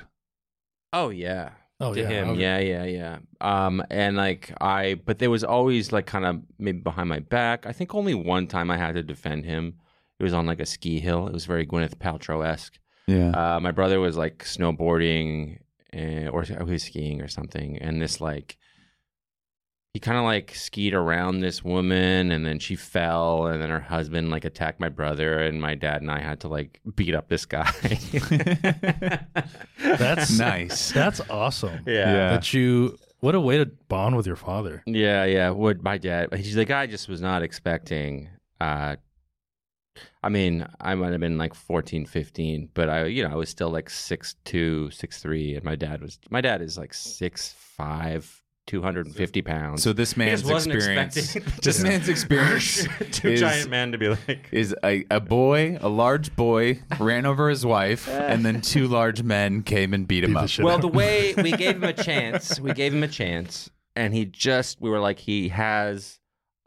B: oh yeah
C: Oh
B: to
C: yeah,
B: him.
C: okay.
B: Yeah, yeah, yeah. Um, and like I, but there was always like kind of maybe behind my back. I think only one time I had to defend him. It was on like a ski hill. It was very Gwyneth Paltrow esque.
A: Yeah.
B: Uh, my brother was like snowboarding and, or he was skiing or something, and this like he kind of like skied around this woman, and then she fell, and then her husband like attacked my brother, and my dad and I had to like beat up this guy.
C: That's
A: nice.
C: That's awesome.
B: yeah.
C: That you. What a way to bond with your father.
B: Yeah, yeah. Would my dad? He's like, I just was not expecting. Uh, I mean, I might have been like 14, 15, but I, you know, I was still like six two, six three, and my dad was. My dad is like six five, two hundred and fifty pounds.
A: So this man's experience. This man's experience
B: two
A: is-
B: giant men to be like.
A: is a, a boy, a large boy, ran over his wife, and then two large men came and beat him
C: Beat the
A: up.
C: shit
B: Well,
C: out
B: the
C: of
B: way we gave him a chance, we gave him a chance, and he just we were like, he has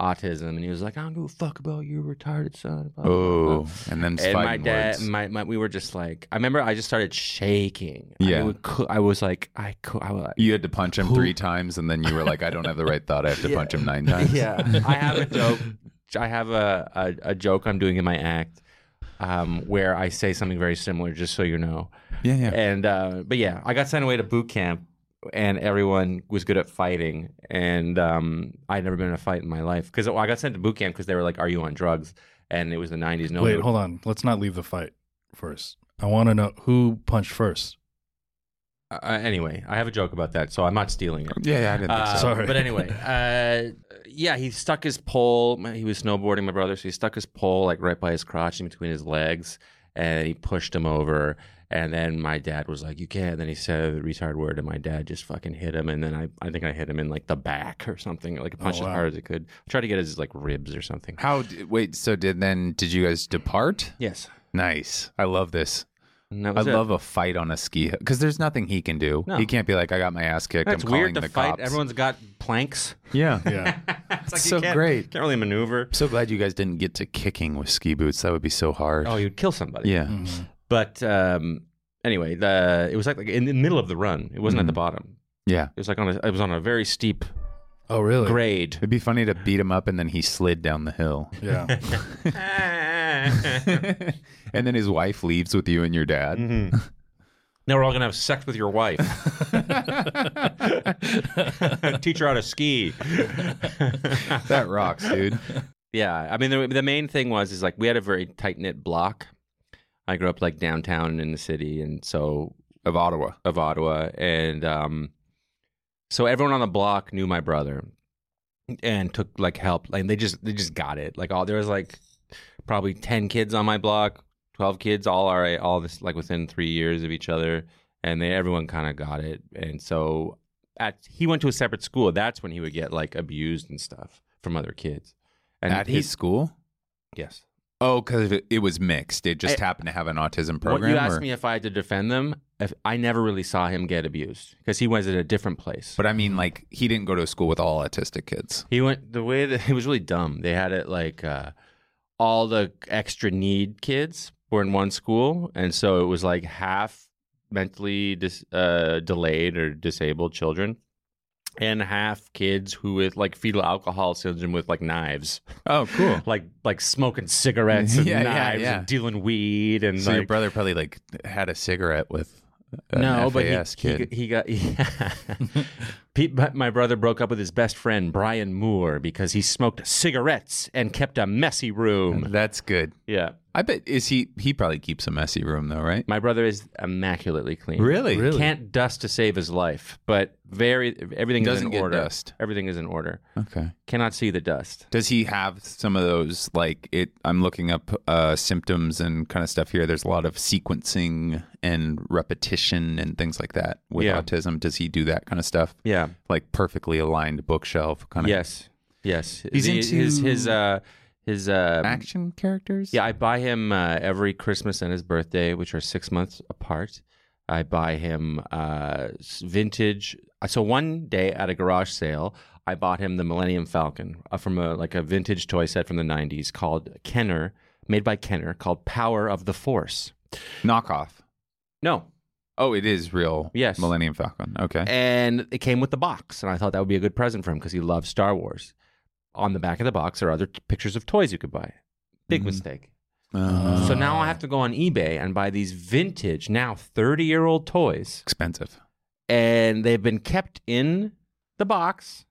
B: autism, and he was like, I don't give a fuck about your retarded son. blah, blah, blah.
A: oh, and then
B: And my
A: fighting
B: dad,
A: words.
B: my, my, we were just like, I remember I just started shaking. I,
A: Yeah.
B: would cou- I was like, I, cou- I was like,
A: you had to punch him three times, and then you were like, "I don't have the right thought. I have to punch him nine times."
B: yeah. I have a joke. I have a, a, a joke I'm doing in my act um, where I say something very similar, just so you know.
A: yeah, yeah.
B: And, uh, but yeah, I got sent away to boot camp and everyone was good at fighting. And um, I'd never been in a fight in my life because I got sent to boot camp because they were like, Are you on drugs? And it was the 90s. No,
C: Wait,
B: one-
C: hold on. Let's not leave the fight first. I want to know who punched first.
B: uh, anyway, I have a joke about that, so I'm not stealing it.
A: yeah, yeah. I didn't think
B: Uh,
A: so.
C: Sorry.
B: But anyway, uh, yeah, he stuck his pole. He was snowboarding, my brother, so he stuck his pole like right by his crotch in between his legs, and he pushed him over. And then my dad was like, "You can't." Then he said the retard word, and my dad just fucking hit him. And then I, I think I hit him in like the back or something, like punched
C: Oh, wow.
B: as hard as I could. Tried to get his like ribs or something.
A: How? d- Wait. So did then? Did you guys depart?
B: Yes,
A: Nice. I love this.
B: and that
A: I
B: was it.
A: love a fight on a ski because there's nothing he can do.
B: No.
A: He can't be like, "I got my ass kicked.
B: It's
A: I'm calling
B: weird to
A: the
B: fight.
A: cops."
B: Everyone's got planks.
A: yeah.
C: Yeah.
B: it's like you
A: so
B: can't-
A: great.
B: Can't really maneuver.
A: I'm so glad you guys didn't get to kicking with ski boots. That would be so hard. Mm-hmm.
B: Oh, you'd kill somebody.
A: yeah.
C: Mhm.
B: But um, Anyway, the it was like, like in the middle of the run. It wasn't at the bottom.
A: Yeah.
B: It was like on a it was on a very steep
C: Oh, really?
B: grade.
A: It'd be funny to beat him up and then he slid down the hill.
C: Yeah.
B: Mm-hmm.
A: and then his wife leaves with you and your dad.
B: Now we're all gonna have sex with your wife. Teach her how to ski.
A: That rocks, dude.
B: Yeah, I mean the the main thing was is like we had a very tight knit block. I grew up like downtown in the city, and so
A: Of Ottawa.
B: of Ottawa, and um, so everyone on the block knew my brother, and took like help, and they just they just got it. Like all there was like probably ten kids on my block, twelve kids, all are all this like within three years of each other, and they everyone kind of got it, and so at he went to a separate school. That's when he would get like abused and stuff from other kids. And
A: At
B: his-
A: his school?
B: yes.
A: Oh, because it, it was mixed. It just
B: I-
A: happened to have an autism program.
B: What you asked
A: or-
B: me if I had to defend them. If I never really saw him get abused because he was at a different place.
A: But I mean, like, he didn't go to a school with all autistic kids.
B: He went the way that it was really dumb. They had it like uh, all the extra need kids were in one school, and so it was like half mentally dis- uh, delayed or disabled children, and half kids who with like fetal alcohol syndrome with like knives,
A: Oh, cool.
B: like like smoking cigarettes and
A: Yeah, yeah,
B: knives
A: yeah.
B: and dealing weed and
A: So
B: like,
A: your brother probably like had a cigarette with an
B: no, but he,
A: FAS
B: he,
A: kid.
B: he got. Yeah. Pete, but my brother broke up with his best friend Brian Moore because he smoked cigarettes and kept a messy room.
A: That's good.
B: Yeah,
A: I bet is he he probably keeps a messy room though, right?
B: my brother is immaculately clean.
A: Really?
C: Really?
B: Can't dust to save his life, but very everything
A: Doesn't
B: is in
A: get
B: order.
A: dust.
B: Everything is in order.
A: Okay.
B: Cannot see the dust.
A: Does he have some of those like it I'm looking up uh symptoms and kind of stuff here. There's a lot of sequencing and repetition and things like that with
B: Yeah.
A: autism. Does he do that kind of stuff?
B: Yeah.
A: Like perfectly aligned bookshelf kind of
B: Yes. Yes.
A: He's
B: The- his
A: into-
B: his uh his uh
A: action characters?
B: Yeah, I buy him uh, every Christmas and his birthday, which are six months apart. I buy him uh, s- vintage. uh, So one day at a garage sale, I bought him the Millennium Falcon uh, from a like a vintage toy set from the '90s called Kenner, made by Kenner, called Power of the Force.
A: Knockoff.
B: No,
A: Oh, it is real.
B: Yes.
A: Millennium Falcon. Okay.
B: and it came with the box, and I thought that would be a good present for him because he loves Star Wars. On the back of the box are other t- pictures of toys you could buy. Big
A: Mhm.
B: mistake.
A: Uh,
B: So now I have to go on eBay and buy these vintage, now 30 year old toys.
A: expensive.
B: And they've been kept in the box,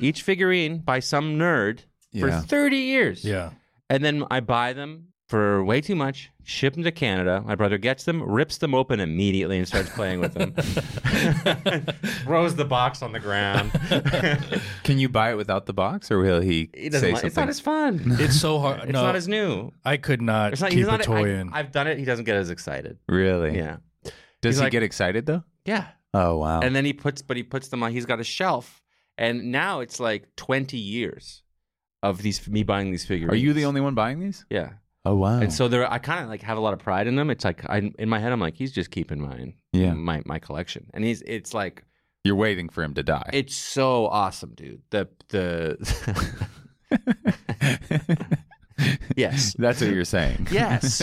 B: each figurine by some nerd for
A: Yeah.
B: 30 years.
C: Yeah.
B: And then I buy them for way too much, ship them to Canada. My brother gets them, rips them open immediately, and starts playing with them. Throws the box on the ground.
A: Can you buy it without the box or will he,
B: He
A: say
B: doesn't like,
A: something?
B: it's not as fun.
C: It's so hard.
B: It's
C: no,
B: not as new.
C: I could not
B: It's not, he's
C: keep
B: not
C: a toy
B: I,
C: in.
B: I've done it. He doesn't get as excited.
A: Really?
B: Yeah.
A: Does
B: He's
A: he
B: like-
A: get excited though?
B: Yeah.
A: Oh wow.
B: and then he puts but he puts them on he's got a shelf and now it's like 20 years of these me buying these figurines
A: Are you the only one buying these?
B: yeah
A: Oh wow.
B: and so there i kind of like have a lot of pride in them it's like I, in my head i'm like he's just keeping mine
A: Yeah.
B: my my collection and he's it's like
A: you're waiting for him to die.
B: it's so awesome dude the the yes
A: That's what you're saying.
B: yes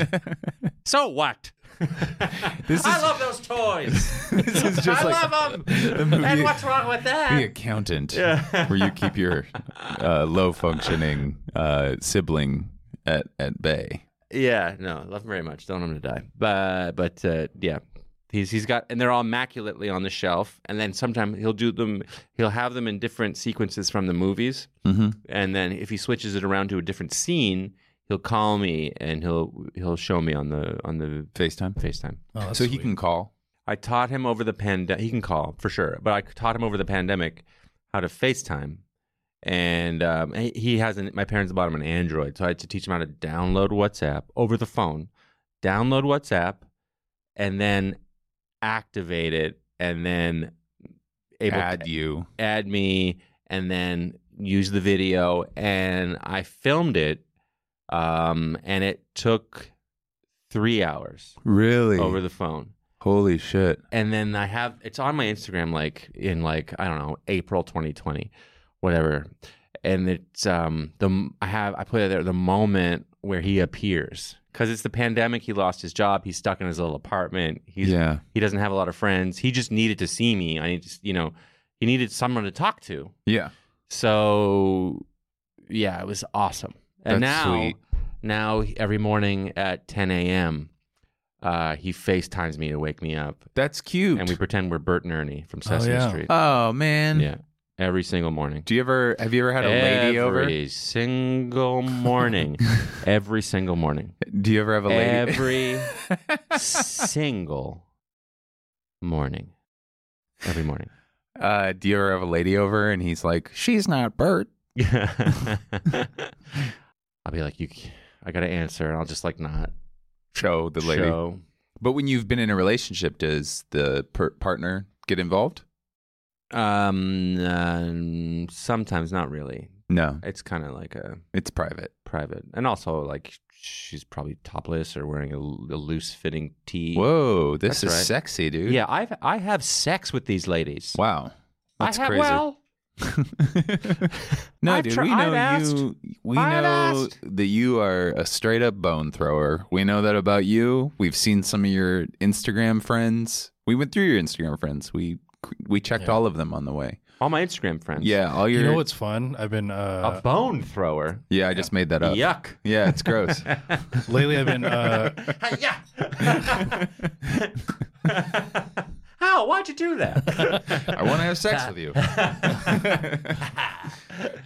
B: so what
A: This
B: i
A: is-
B: love those toys
A: this is just
B: i
A: like
B: love
A: the
B: them
A: movie-
B: and what's wrong with that
A: the accountant, where you keep your uh, low functioning uh, sibling at at bay.
B: Yeah, no, love him very much. Don't want him to die. But but uh, yeah, he's he's got, and they're all immaculately on the shelf. And then sometimes he'll do them. He'll have them in different sequences from the movies.
A: Mm-hmm.
B: And then if he switches it around to a different scene, he'll call me and he'll he'll show me on the on the
A: Facetime.
B: FaceTime.
C: Oh, that's
A: so he
C: sweet.
A: can call.
B: I taught him over the pandemic. He can call for sure, but I taught him over the pandemic how to FaceTime. And um, he- he has an, my parents bought him an Android, so I had to teach him how to download WhatsApp over the phone, download WhatsApp, and then activate it, and then able
A: add
B: to
A: you.
B: add me and then use the video and i filmed it um, and it took three hours
A: Really?
B: over the phone
A: Holy shit.
B: and then I have it's on my Instagram like in like I don't know April 2020, whatever. And it's um the I have I put it there the moment where he appears because it's the pandemic. He lost his job. He's stuck in his little apartment. He's
A: yeah.
B: he doesn't have a lot of friends. He just needed to see me. I need to, you know, he needed someone to talk to.
A: Yeah.
B: So yeah, it was awesome. And
A: That's
B: now,
A: sweet.
B: now every morning at 10 a.m., uh, he FaceTimes me to wake me up,
A: That's cute.
B: and we pretend we're Bert and Ernie from Sesame
C: yeah.
B: Street.
A: oh man.
B: yeah, every single morning.
A: Do you ever have you ever had a lady over?
B: Every single morning. every single morning.
A: Do you ever have a lady?
B: Every single morning. Every morning.
A: uh, do you ever have a lady over and he's like, "She's not Bert."
B: I'll be like, you. I gotta answer, and I'll just like not
A: Show the lady.
B: show.
A: But when you've been in a relationship, does the per- partner get involved?
B: Um, um, sometimes not really.
A: No,
B: It's kind of like a
A: it's private.
B: private, and also like she's probably topless or wearing a, loose fitting tee.
A: Whoa, this
B: That's
A: is
B: right.
A: sexy, dude.
B: Yeah, I've I have sex with these ladies.
A: Wow. That's
B: I have,
A: crazy.
B: Well,
A: no,
B: I've
A: dude,
B: tr-
A: we
B: I've
A: know you. We
B: I've
A: know
B: asked.
A: that you are a straight up bone thrower. We know that about you. We've seen some of your Instagram friends. We went through your Instagram friends. We we checked all of them on the way.
B: all my Instagram friends.
A: Yeah, all your.
C: you know what's fun? I've been uh,
B: a bone thrower.
A: yeah, I just made that up.
B: Yuck.
A: Yeah, it's gross.
C: lately. I've been uh,
B: yeah. How? Why'd you do that?
A: I want to have sex with you.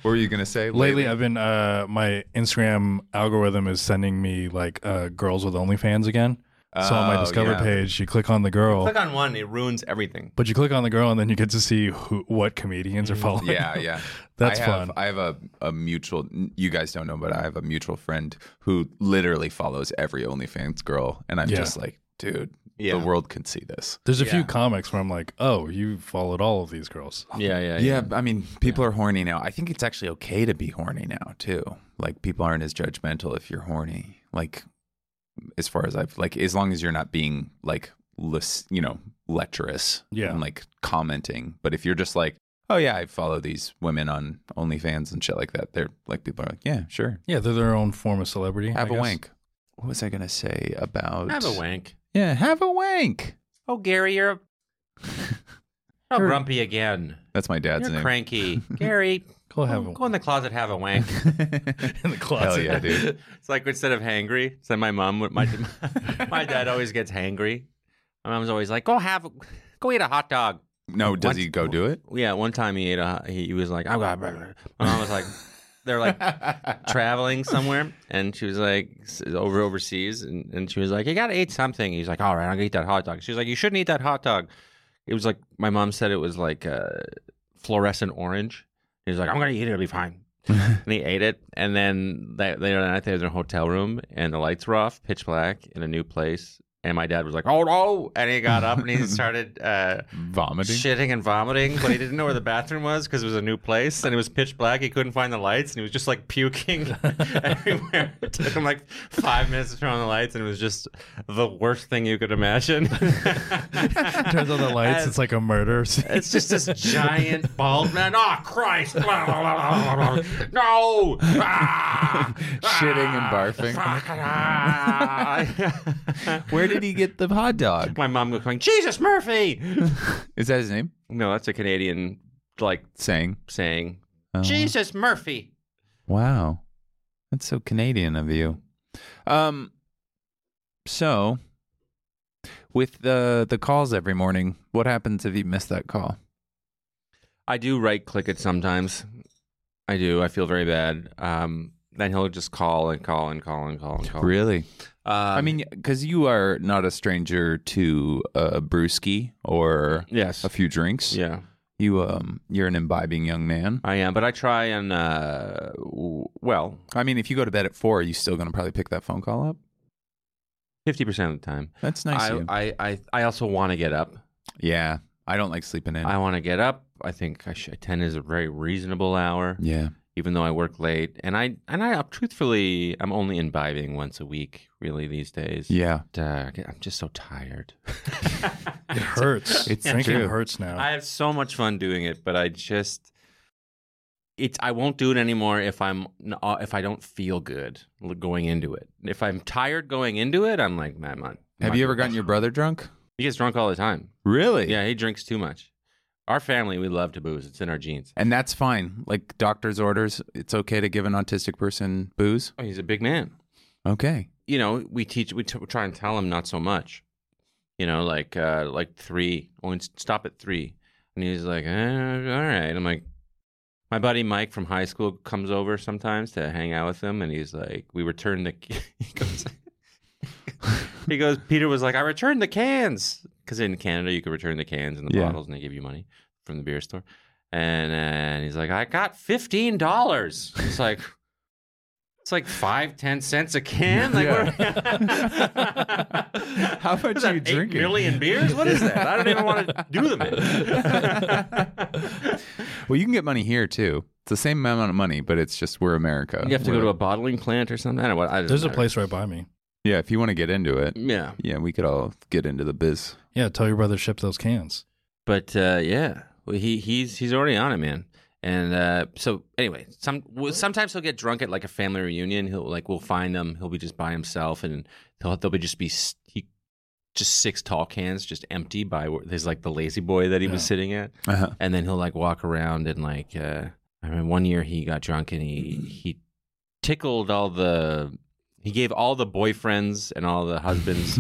A: what were you gonna say?
C: lately I've been uh, my Instagram algorithm is sending me like uh, girls with OnlyFans again. so on my
A: Oh,
C: Discover
A: yeah.
C: page, you click on the girl,
B: Click on one; it ruins everything.
C: but you click on the girl, and then you get to see who, what comedians are following.
A: Mm, Yeah, yeah.
C: That's
A: I have,
C: fun.
A: I have a, a mutual, you guys don't know, but I have a mutual friend who literally follows every OnlyFans girl. And I'm
C: Yeah.
A: just like, dude,
B: Yeah.
A: the world can see this.
C: There's a few
B: Yeah.
C: comics where I'm like, oh, you followed all of these girls.
B: Yeah, yeah,
A: Yeah, I mean, people are horny now. I think it's actually okay to be horny now, too. Like, people aren't as judgmental if you're horny. Like, as far as I've, like, as long as you're not being, like, lis- you know, lecherous
C: Yeah.
A: and, like, commenting. But if you're just like, oh, yeah, I follow these women on OnlyFans and shit like that, they're like, people are like, yeah, sure.
C: Yeah, they're their own form of celebrity.
A: Have
C: a
A: a wank. What was I gonna say about?
B: Have a wank.
A: Yeah, have a wank.
B: Oh, Gary, you're oh, grumpy again.
A: That's my dad's
B: You're
A: name.
B: cranky, Gary.
C: Go have
B: Go,
C: a
B: go in the closet, have a wank.
C: in the closet.
A: Hell yeah, dude.
B: it's like instead of hangry, it's like my mom. would- My my dad always gets hangry. My mom's always like, "Go have, a- go eat a hot dog."
A: No, does
B: What?
A: he go do it?
B: Yeah, one time he ate a. He, he was like, "I got." a burger." My mom was like, "They're like traveling somewhere," and she was like, s- "Over overseas," and, and she was like, "You gotta eat something." He's like, "All right, I'm gonna eat that hot dog." She was like, "You shouldn't eat that hot dog." It was like my mom said it was like uh, fluorescent orange. He was like, "I'm gonna eat it; it'll be fine." and he ate it, and then that later that night they were in a hotel room, and the lights were off, pitch black, in a new place. And my dad was like, "Oh no!" And he got up and he started. Uh,
A: Vomiting.
B: shitting and vomiting, but he didn't know where the bathroom was because it was a new place and it was pitch black. He couldn't find the lights and he was just like puking everywhere. It took him like five minutes to turn on the lights and it was just the worst thing you could imagine.
C: Turns on the lights. It's like a murder. scene.
B: It's just this giant bald man. Oh Christ! Blah, blah, blah, blah, blah, blah. No! Ah!
A: Shitting and barfing.
B: Fuck! Ah!
A: Where did he get the hot dog?
B: My mom was going, Jesus Murphy!
A: Is that his name?
B: No, that's a Canadian like
A: Saying.
B: saying.
A: Oh,
B: Jesus Murphy.
A: Wow, that's so Canadian of you. Um, so with the the calls every morning, what happens if you miss that call?
B: I do right click it sometimes. I do. I feel very bad. Um, then he'll just call and call and call and call and call.
A: Really?
B: Um,
A: I mean, because you are not a stranger to a brewski or
B: yes.
A: a few drinks.
B: Yeah,
A: You um, you're an imbibing young man.
B: I am. But I try and, uh, w- well,
A: I mean, if you go to bed at four, are you still going to probably pick that phone call up?
B: 50% of the time.
A: That's nice. of
B: I,
A: you.
B: I, I, I also want to get up.
A: yeah, I don't like sleeping in.
B: I want to get up. I think I should, 10 is a very reasonable hour,
A: yeah,
B: even though I work late. And I, and I, truthfully, I'm only imbibing once a week, really, these days.
A: yeah.
B: But, uh, I'm just so tired.
C: It hurts.
A: It's
C: drinking
A: true.
C: hurts now.
B: I have so much fun doing it, but I just it's I won't do it anymore if I'm n- uh, if I don't feel good l- going into it. If I'm tired going into it, I'm like, man, I'm not. I'm
A: Have
B: not
A: you ever
B: doing
A: gotten your brother drunk?
B: this." He gets drunk all the time.
A: Really?
B: Yeah, he drinks too much. Our family, we love to booze. It's in our genes.
A: And that's fine. Like doctor's orders, it's okay to give an autistic person booze.
B: Oh, he's a big man.
A: Okay.
B: You know, we teach. We t- try and tell him not so much. You know, like uh like three. Only s- stop at three. And he's like, eh, all right. I'm like, my buddy Mike from high school comes over sometimes to hang out with him, and he's like, we return the. c- He goes. he goes. Peter was like, I returned the cans because in Canada you could return the cans and the
A: Yeah.
B: bottles, and they give you money from the beer store. And and he's like, I got fifteen dollars. It's like. It's like five, ten cents a can. Like,
A: Yeah.
B: what-
A: How much
B: What is
A: are
B: that,
A: you
B: eight
A: drinking?
B: million beers? What is that? I don't even want to do them. anymore.
A: Well, you can get money here too. It's the same amount of money, but it's just we're America.
B: you have to
A: We're-
B: go to a bottling plant or something. I don't know. what- I- it doesn't
C: There's a
B: matter.
C: place right by me.
A: Yeah, if you want to get into it.
B: Yeah,
A: Yeah, we could all get into the biz.
C: Yeah, tell your brother ship those cans.
B: but uh, yeah, well, he he's he's already on it, man. And uh, so anyway, some well, sometimes he'll get drunk at like a family reunion. He'll like we'll find him. He'll be just by himself, and he'll they'll be just be s- he, just six tall cans just empty by where there's like the lazy boy that he was
C: Yeah.
B: sitting at.
A: Uh-huh.
B: and then he'll like walk around and like uh I mean one year he got drunk and he he tickled all the he gave all the boyfriends and all the husbands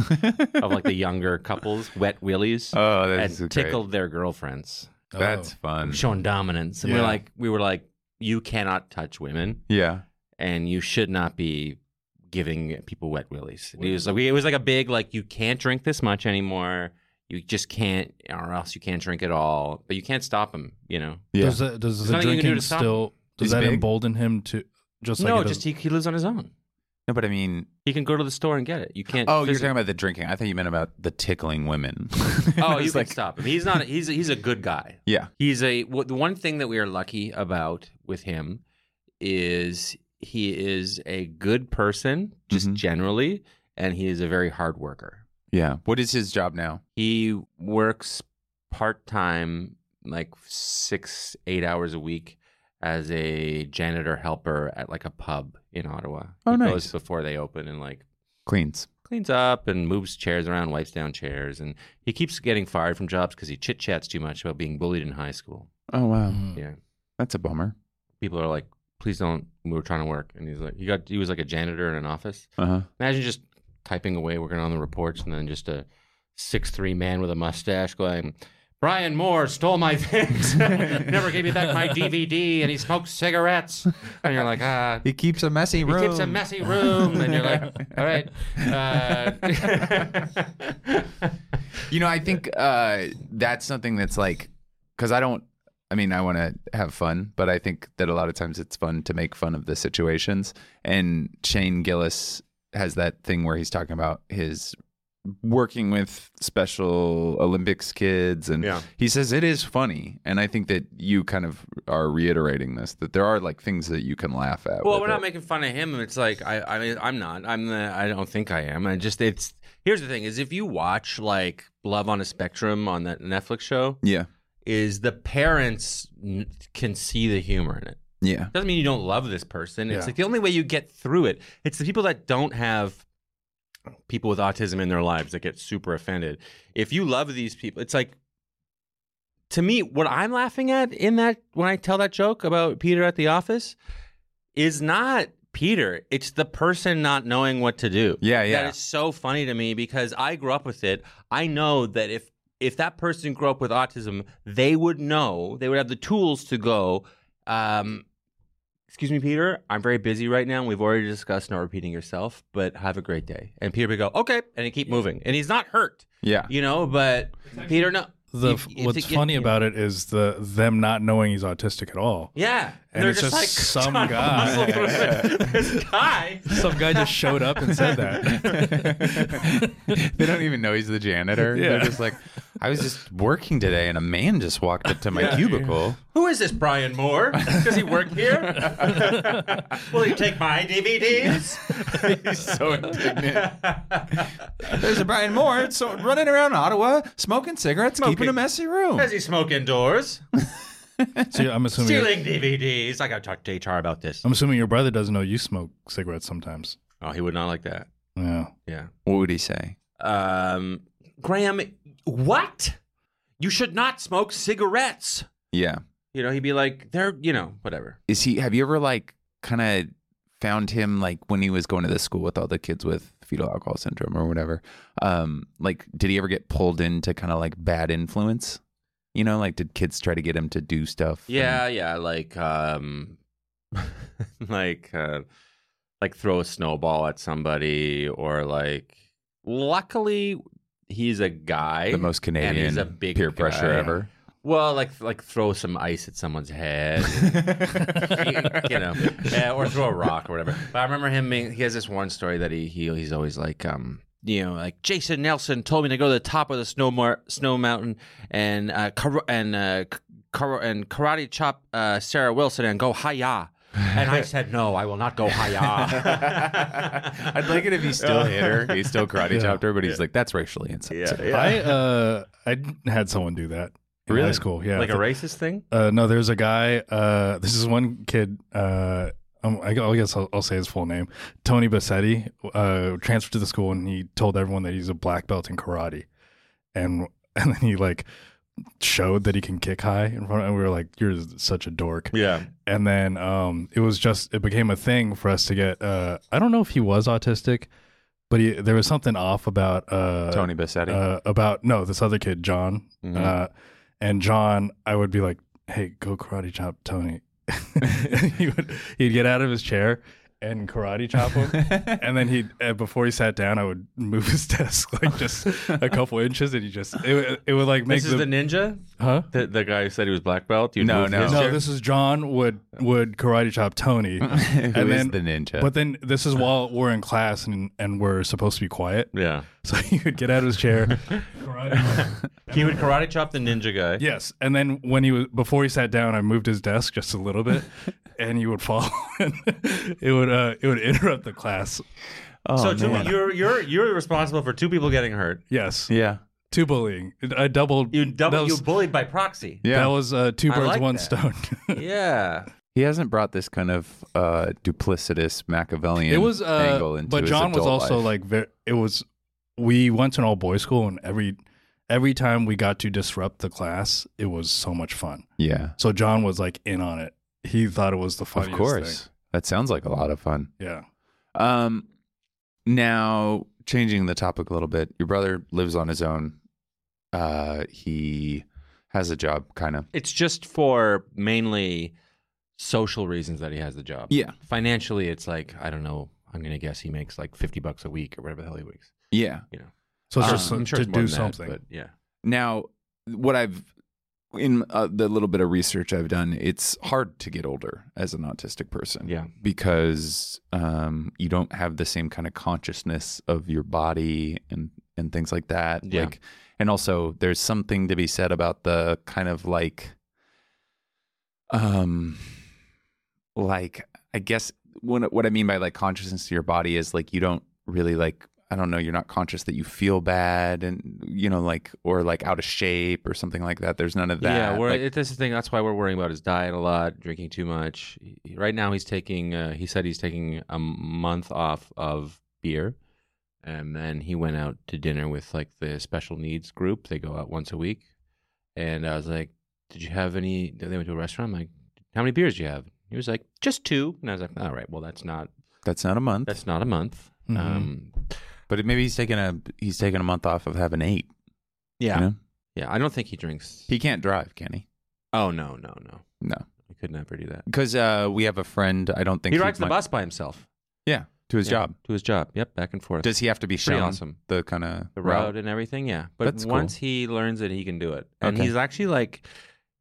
B: of like the younger couples wet willies
A: Oh, that's
B: and
A: great.
B: tickled their girlfriends
C: Oh.
A: That's fun.
B: showing dominance and we're
C: Yeah.
B: like we were like you cannot touch women
A: Yeah.
B: and you should not be giving people wet willies. And It was like it was like a big like you can't drink this much anymore. You just can't, or else you can't drink at all. But you can't stop them, you know.
A: Yeah.
C: Does that, does
B: There's
C: the
B: nothing you can do
C: drinking
B: to stop
C: still does
A: He's
C: that
A: big.
C: embolden him to just like
B: no,
C: it does-
B: just he, he lives on his own.
A: No, but I mean,
B: He can go to the store and get it. You can't.
A: oh, you're
B: physically-
A: talking about the drinking. I thought you meant about the tickling women.
B: Oh, you can stop him. He's not. He's he's a good guy.
A: Yeah.
B: He's a w- the one thing that we are lucky about with him is he is a good person just
A: Mhm.
B: generally, and he is a very hard worker.
A: Yeah. What is his job now?
B: He works part time, like six, eight hours a week, as a janitor helper at like a pub in Ottawa.
A: Oh,
B: he
A: nice.
B: goes before they open and like
A: Cleans.
B: cleans up and moves chairs around, wipes down chairs, and he keeps getting fired from jobs because he chit chats too much about being bullied in high school.
A: Oh, wow.
C: Mm.
B: Yeah,
A: That's a bummer.
B: people are like, "Please don't." We were trying to work, and he's like, "He got." He was like a janitor in an office.
A: Uh huh.
B: Imagine just typing away, working on the reports, and then just a six three man with a mustache going. Brian Moore stole my things. Never gave me back my DVD, and he smoked cigarettes. And you're like, ah,
A: He keeps a messy
B: he
A: room.
B: keeps a messy room, and you're like, all right. Uh,
A: You know, I think uh, that's something that's like, because I don't, I mean, I want to have fun, but I think that a lot of times it's fun to make fun of the situations. And Shane Gillis has that thing where he's talking about his working with special Olympics kids. And
B: Yeah.
A: he says it is funny. And I think that you kind of are reiterating this that there are like things that you can laugh at.
B: well,
A: with
B: we're not
A: it.
B: making fun of him. It's like I, I mean, I'm not. I'm the. I don't think I am. I just. It's here's the thing: is if you watch like Love on a Spectrum on that Netflix show,
A: Yeah.
B: is the parents n- can see the humor in it.
A: Yeah.
B: Doesn't mean you don't love this person. It's
C: Yeah.
B: like the only way you get through it. It's the people that don't have people with autism in their lives that get super offended. If you love these people, it's like to me what I'm laughing at in that when I tell that joke about Peter at the office is not Peter. It's the person not knowing what to do.
A: Yeah. Yeah.
B: That is so funny to me because I grew up with it. I know that if if that person grew up with autism, they would know. They would have the tools to go. Um, Excuse me, Peter. I'm very busy right now. and We've already discussed not repeating yourself, but have a great day. And Peter would go, okay, and he keep moving, and he's not hurt,
A: yeah.
B: you know. But Peter, no.
C: the
B: if- if
C: what's
B: it-
C: funny about it is the them not knowing he's autistic at all.
B: yeah,
C: And
B: they're
C: it's
B: just,
C: just
B: like
C: some
B: trying to
C: guy.
B: muscle through it. this guy.
C: Some guy just showed up and said
A: they don't even know he's the janitor.
C: Yeah.
A: They're just like, I was just working today and a man just walked up to my cubicle.
B: Who is this Brian Moore? Does he work here? Will he take my DVDs?
A: he's so indignant. There's a Brian Moore so running around Ottawa smoking cigarettes, keeping a messy room.
B: Does he smoke indoors?
C: So yeah, I'm assuming.
B: Stealing DVDs. I got to talk to HR about this.
A: Um,
C: I'm assuming your brother doesn't know you smoke cigarettes sometimes.
B: Oh, he would not like that.
C: Yeah.
B: Yeah.
A: What would he say?
B: Um, Graham, what? You should not smoke cigarettes.
A: Yeah.
B: You know, he'd be like, they're, you know, whatever.
A: Is he? Have you ever like kind of found him like when he was going to the school with all the kids with fetal alcohol syndrome or whatever? Um, like, did he ever get pulled into kind of like bad influence? You know, like did kids try to get him to do stuff?
B: Yeah, yeah, like um like uh like throw a snowball at somebody or like luckily he's a guy.
A: And the most Canadian
B: he's a big
A: peer pressure
B: guy.
A: ever.
B: well, like like throw some ice at someone's head, you know, yeah, or throw a rock or whatever. But I remember him. Being, he has this one story that he, he he's always like, um, you know, like Jason Nelson told me to go to the top of the snow mar- snow mountain and uh, kar- and uh, kar- and karate chop uh, Sarah Wilson and go hiya. And I said, no, I will not go Uh, hiya.
A: I'd like it if he still hit her. He still karate chopped her, but he's like, that's racially insensitive.
C: I uh I had someone do that in high
B: Really?
C: school. Yeah.
B: like a
C: Th-
B: racist thing.
C: uh, no, there's a guy. Uh, this is one kid. Uh, um, I gu- I guess I'll, I'll say his full name. Tony Bassetti uh, transferred to the school, and he told everyone that he's a black belt in karate, and and then he like showed that he can kick high in front. Of, and we were like, "You're such a dork."
B: Yeah,
C: And then um, it was just it became a thing for us to get. Uh, I don't know if he was autistic, but he, there was something off about uh,
A: Tony Bassetti.
C: uh, about no this other kid John
B: Mm-hmm.
C: uh, and John I would be like hey go karate chop Tony And he would he'd get out of his chair and karate chop him and then he uh, before he sat down I would move his desk like just a couple inches and he just it, would- it would like make
B: this is the ninja.
C: huh
B: The, the guy who said he was black belt. You
A: No,
B: moved
A: no.
B: his
A: No,
B: chair?
C: no this is John would would karate chop Tony
A: Who is
C: and then-
A: the ninja?
C: but then this is while we're in class and and we're supposed to be quiet
B: Yeah.
C: so he would get out of his chair karate chop
B: He would karate chop the ninja guy.
C: Yes, and then when he was before he sat down, I moved his desk just a little bit, and he would fall. And it would uh, it would interrupt the class.
B: so two, you're you're you're responsible for two people getting hurt.
C: Yes,
A: yeah.
C: two bullying. I doubled.
B: You
C: That
B: double
C: was,
B: you bullied by proxy.
A: Yeah.
C: That was uh, two
B: I
C: birds,
B: like
C: one
B: that.
C: stone.
B: Yeah.
A: He hasn't brought this kind of uh, duplicitous Machiavellian
C: it was,
A: angle
C: uh,
A: into
C: but
A: his
C: John was
A: adult
C: also
A: life.
C: like very, it was. We went to an all boys school, and every every time we got to disrupt the class, it was so much fun.
A: yeah,
C: So John was like in on it. He thought it was the
A: of
C: funniest.
A: course. That sounds like a lot of fun.
C: thing. Yeah.
A: Um, now changing the topic a little bit, your brother lives on his own. Uh, he has a job, kind of.
B: It's just for mainly social reasons that he has the job.
A: Yeah,
B: Financially, it's like I don't know. I'm gonna guess he makes like 50 bucks a week or whatever the hell he makes.
A: yeah.
C: So it's
A: Um,
C: just
B: I'm sure
C: to
B: it's more
C: do
B: than that,
C: something.
B: but yeah.
A: Now, what I've in uh, the little bit of research I've done, it's hard to get older as an autistic person.
B: Yeah.
A: because um, you don't have the same kind of consciousness of your body and and things like that.
B: Yeah.
A: Like, and also, there's something to be said about the kind of like, um, like I guess what what I mean by like consciousness to your body is like you don't really like I don't know you're not conscious that you feel bad and you know like or like out of shape or something like that. There's none of that.
B: yeah, we're,
A: Like,
B: it, that's the thing. That's why we're worrying about his diet a lot, drinking too much. He- Right now, he's taking. Uh, he said he's taking a month off of beer, and then he went out to dinner with like the special needs group. They go out once a week, and I was like, "Did you have any?" They went to a restaurant. I'm like, "How many beers do you have?" He was like, "Just two. and I was like, "All right, well, that's not
A: that's not a month.
B: that's not a month."
A: Mm-hmm.
C: Mhm.
B: Um,
A: But maybe he's taking a he's taking a month off of having eight.
B: yeah,
A: You know?
B: yeah. I don't think he drinks.
A: He can't drive, can he?
B: oh no, no, no.
A: No,
B: He could never do that.
A: because uh, we have a friend. I don't think
B: he rides the
A: might-
B: bus by himself.
A: Yeah, to his
B: Yeah,
A: job.
B: To his job. Yep, back and forth.
A: Does he have to be
B: Pretty
A: shown
B: awesome.
A: the kind of
B: the route and everything, yeah. But
A: That's cool.
B: once he learns it, he can do it. And
A: Okay.
B: he's actually like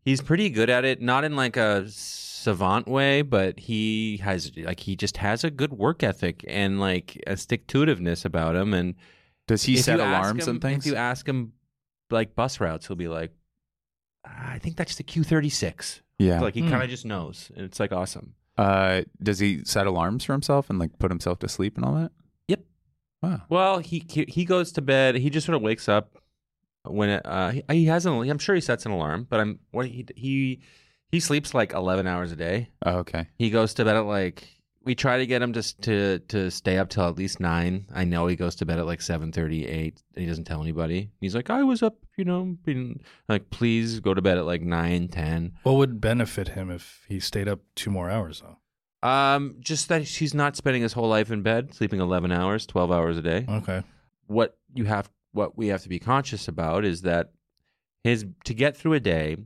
B: he's pretty good at it, not in like a savant way, but he has like he just has a good work ethic and like a stick to itiveness about him and
A: Does he
B: if
A: set
B: you ask
A: alarms
B: him-
A: and things?
B: If you ask him like bus routes, he'll be like I think that's the Q thirty six.
A: yeah.
B: Like he
C: Hmm.
B: kind of just knows, and it's like awesome.
A: uh, does he set alarms for himself and like put himself to sleep and all that?
B: Yep.
A: Wow.
B: Well, he he- he goes to bed. He just sort of wakes up when it, uh he, he hasn't. I'm sure he sets an alarm, but I'm what he he He sleeps like 11 hours a day.
A: Oh, okay.
B: He goes to bed at like we try to get him to to to stay up till at least 9. I know he goes to bed at like 7:30, 8. and He doesn't tell anybody. He's like, "I was up, you know, being like please go to bed at like 9, 10."
C: What would benefit him if he stayed up two more hours though?
B: Um just that he's not spending his whole life in bed, sleeping 11 hours, 12 hours a day.
C: Okay.
B: what you have what we have to be conscious about is that his to get through a day,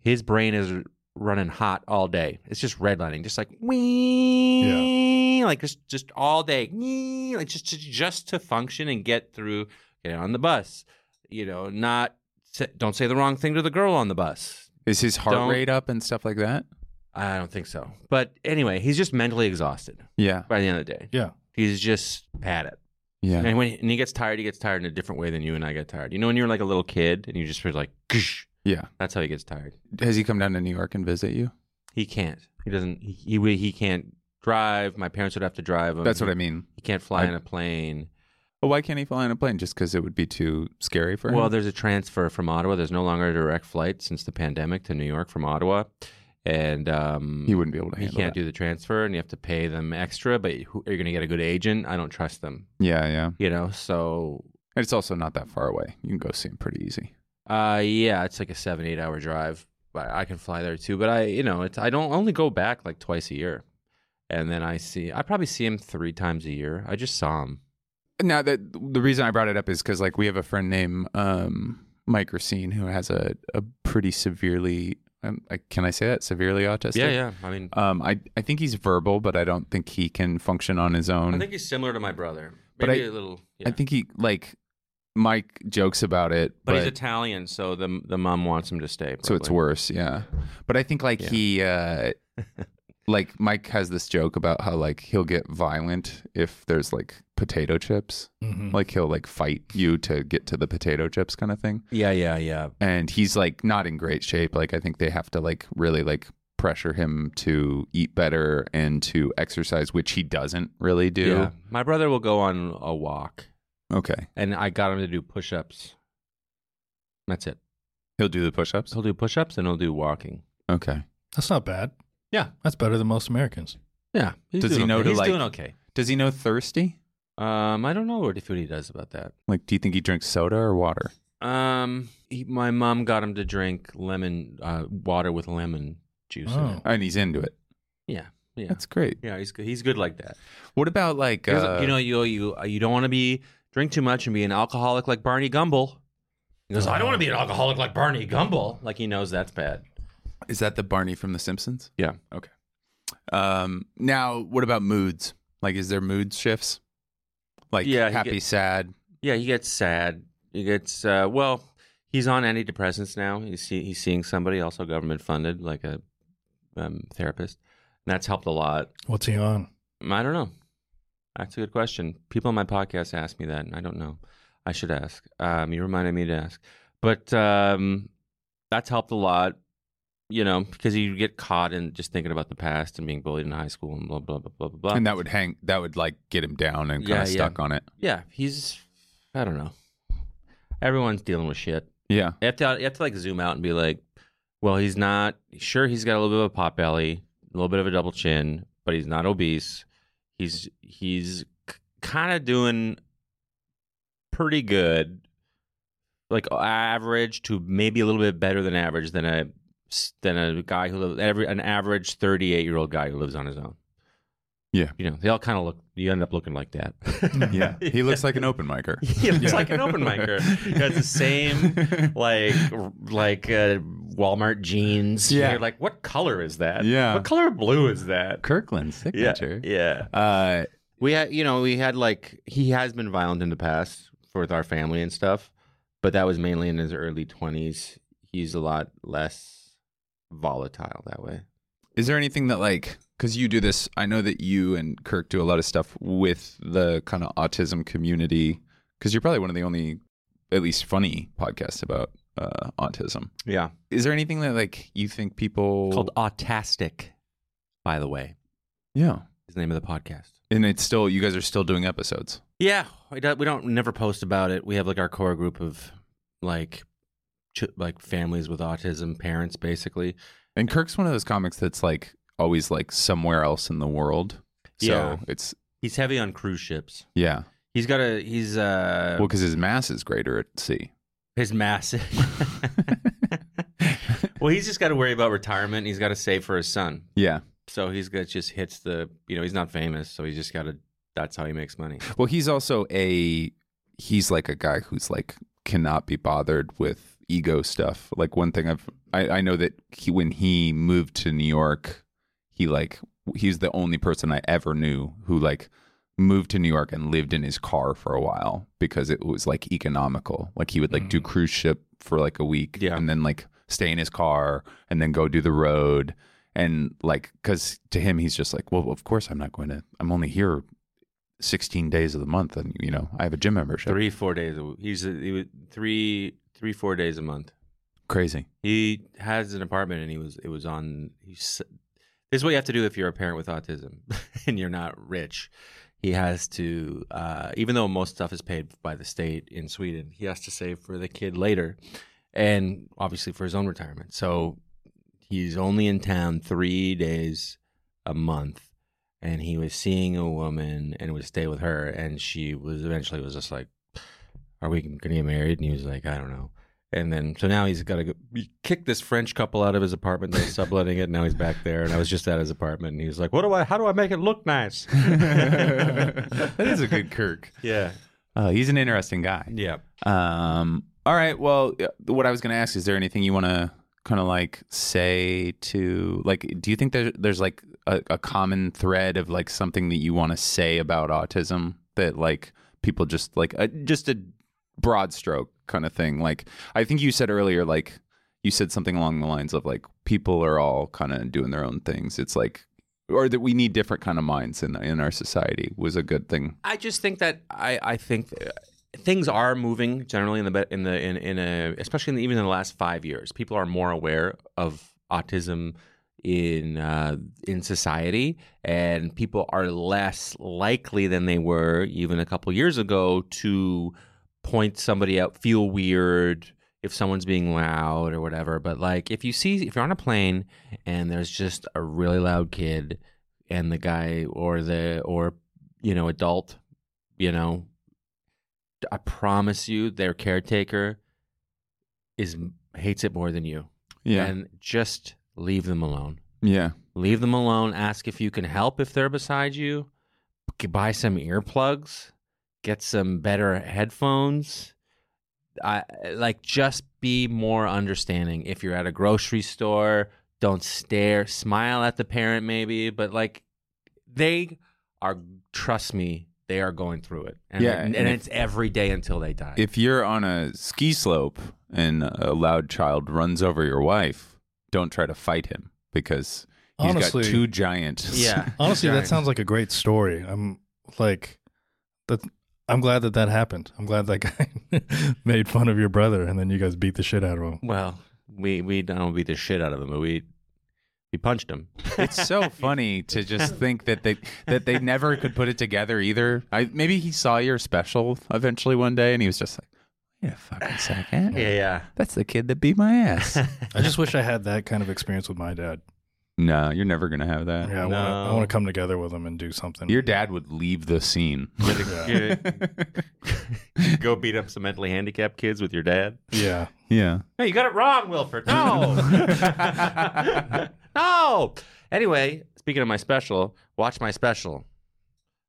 B: his brain is running hot all day. It's just redlining, just like wee, like just just all day, wee, like just to, just to function and get through. Get on the bus, you know. Not sa- don't say the wrong thing to the girl on the bus.
A: Is his heart
B: Don't-
A: rate up and stuff like that?
B: I don't think so. But anyway, he's just mentally exhausted
A: Yeah.
B: by the end of the day.
C: Yeah.
B: He's just at it.
A: Yeah.
B: And when he, and he gets tired, he gets tired in a different way than you and I get tired. You know, when you're like a little kid and you just feel like, "Ksh,"
A: Yeah.
B: that's how he gets tired.
A: Has he come down to New York and visit you?
B: He can't. He doesn't. He he, would- he can't drive. My parents would have to drive him.
A: That's what
B: he,
A: I mean.
B: He can't fly
A: I-
B: in a plane.
A: Well, why can't he fly on a plane? Just because it would be too scary for him?
B: Well, there's a transfer from Ottawa. There's no longer a direct flight since the pandemic to New York from Ottawa, and um,
A: he wouldn't be able to
B: he
A: handle
B: can't
A: that.
B: do the transfer, and you have to pay them extra. But who, are you going to get a good agent? I don't trust them.
A: yeah, yeah.
B: You know, so
A: And it's also not that far away. You can go see him pretty easy.
B: Uh, yeah, it's like a seven eight hour drive, but I can fly there too. But I, you know, it's I don't I only go back like twice a year, and then I see I probably see him three times a year. I just saw him.
A: Now that the reason I brought it up is because like we have a friend named um, Mike Racine who has a a pretty severely um, like, can I say that severely autistic?
B: yeah, yeah. I mean,
A: Um, I I think he's verbal, but I don't think he can function on his own.
B: I think he's similar to my brother,
A: But
B: maybe
A: I-
B: a little. Yeah.
A: I think he like Mike jokes about it,
B: but,
A: but,
B: he's Italian, so the the mom wants him to stay.
A: so it's
B: probably.
A: worse. Yeah, but I think like
B: Yeah.
A: he uh, like Mike has this joke about how like he'll get violent if there's like potato chips.
C: Mm-hmm.
A: like he'll like fight you to get to the potato chips kind of thing
B: Yeah, yeah, yeah.
A: and he's like not in great shape like i think they have to like really like pressure him to eat better and to exercise which he doesn't really do
B: Yeah. My brother will go on a walk,
A: okay
B: and I got him to do push ups. That's it.
A: he'll do the push-ups
B: He'll do push ups and he'll do walking.
A: okay
C: That's not bad.
B: Yeah.
C: That's better than most Americans.
B: Yeah. he's
A: Does he
B: doing
A: know
B: okay.
A: to,
B: he's
A: like-
B: doing okay.
A: does he know thirsty
B: Um, I don't know what if what he does about that.
A: like do you think he drinks soda or water
B: Um, he, my mom got him to drink lemon uh, water with lemon juice. In
C: Oh.
B: it.
A: and he's into it
B: Yeah, yeah,
A: that's great
B: yeah. He's good. He's good like that.
A: what about like
B: He
A: uh,
B: goes, you know, you you you don't want to be drink too much and be an alcoholic like Barney Gumble. He goes, I don't want to be an alcoholic like Barney Gumble. Like he knows that's bad.
A: is that the barney from the simpsons
B: Yeah.
A: okay um now what about moods like is there mood shifts like
B: Yeah, he
A: happy
B: gets-
A: sad
B: Yeah, he gets sad. He gets uh, well. He's on antidepressants now. He's see, he's seeing somebody also government funded, like a um, therapist, and that's helped a lot.
C: What's he on?
B: Mm, I don't know. That's a good question. People on my podcast ask me that, and I don't know. I should ask. Um, you reminded me to ask, but um, that's helped a lot. You know, because you get caught in just thinking about the past and being bullied in high school and blah blah blah blah blah. blah.
A: and that would hang that would like get him down and kind
B: Yeah,
A: of
B: yeah.
A: stuck on it
B: yeah, he's. I don't know. Everyone's dealing with shit.
A: yeah
B: You have to you have to like zoom out and be like, well, he's not sure he's got a little bit of a pot belly, a little bit of a double chin, but he's not obese. He's he's kind of doing pretty good, like average to maybe a little bit better than average than a than a guy who lives every an average thirty eight year old guy who lives on his own.
A: Yeah.
B: you know they all kind of look. You end up looking like that.
A: yeah he looks like an open micer
B: He looks like an open micer. He has the same like like uh, Walmart jeans.
A: Yeah.
B: You're like, what color is that?
A: Yeah.
B: What color blue is that?
A: kirkland
B: Yeah.
A: signature
B: Yeah.
A: uh
B: We had, you know, we had like he has been violent in the past with our family and stuff, but that was mainly in his early twenties. He's a lot less volatile that way.
A: is there anything that like because you do this i know that you and kirk do a lot of stuff with the kind of autism community because you're probably one of the only at least funny podcasts about uh autism
B: Yeah.
A: is there anything that like you think people
B: Called Autastic, by the way,
A: yeah
B: is the name of the podcast.
A: and it's still you guys are still doing episodes
B: Yeah, we don't, we don't never post about it. We have like our core group of like ch- like families with autism, parents basically.
A: and And Kirk's one of those comics that's like always like somewhere else in the world. So
B: Yeah.
A: it's
B: He's heavy on cruise ships.
A: yeah.
B: He's got a he's uh
A: Well, because his mass is greater at sea.
B: his massive. well, he's just got to worry about retirement. He's got to save for his son.
A: Yeah.
B: So he's got just hits the you know he's not famous, so he's just got to. That's how he makes money.
A: Well, he's also a he's like a guy who's like cannot be bothered with ego stuff. Like one thing I've I, I know that he when he moved to New York, he like he's the only person I ever knew who like moved to New York and lived in his car for a while because it was like economical. Like he would like do cruise ship for like a week
B: Yeah.
A: and then like stay in his car and then go do the road and like cuz to him he's just like, "Well, of course I'm not going to. I'm only here 16 days of the month and you know, I have a gym membership."
B: Three four days a week. He's a, he was three three four days a month.
A: Crazy.
B: He has an apartment, and he was it was on. He s this is what you have to do if you're a parent with autism and you're not rich. He has to, uh, even though most stuff is paid by the state in Sweden, he has to save for the kid later, and obviously for his own retirement. So he's only in town three days a month, and he was seeing a woman and would stay with her, and she was eventually was just like, "Are we going to get married?" And he was like, "I don't know." And then, so now he's got to go, he kicked this French couple out of his apartment. They're subletting it. Now he's back there. And I was just at his apartment and he was like, what do I, how do I make it look nice?
A: that is a good Kirk.
B: yeah.
A: Uh, he's an interesting guy.
B: Yeah.
A: Um, all right. Well, uh, what I was going to ask is there anything you want to kind of like say to like? Do you think there, there's like a, a common thread of like something that you want to say about autism that like people just like a, just a broad stroke kind of thing? Like I think you said earlier, like you said something along the lines of like people are all kind of doing their own things. It's like or that we need different kind of minds in in our society was a good thing.
B: I just think that I, I think uh, things are moving generally in the be- in the in in a especially in the, even in the last five years, people are more aware of autism in uh, in society, and people are less likely than they were even a couple years ago to point somebody out, feel weird if someone's being loud or whatever. But like if you see if you're on a plane and there's just a really loud kid and the guy or the or you know adult you know i promise you their caretaker is hates it more than you and just leave them alone
A: yeah.
B: leave them alone ask if you can help if they're beside you G- buy some earplugs get some better headphones I, like just be more understanding if you're at a grocery store don't stare smile at the parent maybe but like they are trust me they are going through it and,
A: Yeah,
B: and,
A: and if-
B: it's every day until they die
A: if you're on a ski slope and a loud child runs over your wife, don't try to fight him because he's
C: Honestly-
A: got two giant.
B: yeah
C: Honestly,
B: Giant.
C: that sounds like a great story. I'm like that. I'm glad that that happened. I'm glad that guy made fun of your brother, and then you guys beat the shit out of him.
B: well we we don't beat the shit out of them but we we punched him
A: it's so funny to just think that they that they never could put it together either. I maybe he saw your special eventually one day and he was just like, "Wait a fucking second,
B: yeah
A: that's the kid that beat my ass."
C: I just wish I had that kind of experience with my dad.
A: no, you're never gonna have that.
C: Yeah, I wanna- I
B: No.
C: want to come together with him and do something.
A: Your dad would leave the scene.
C: yeah.
B: go beat up some mentally handicapped kids with your dad.
C: yeah.
A: yeah.
B: No, you got it wrong, Wilford. No. no. Anyway, speaking of my special, watch my special.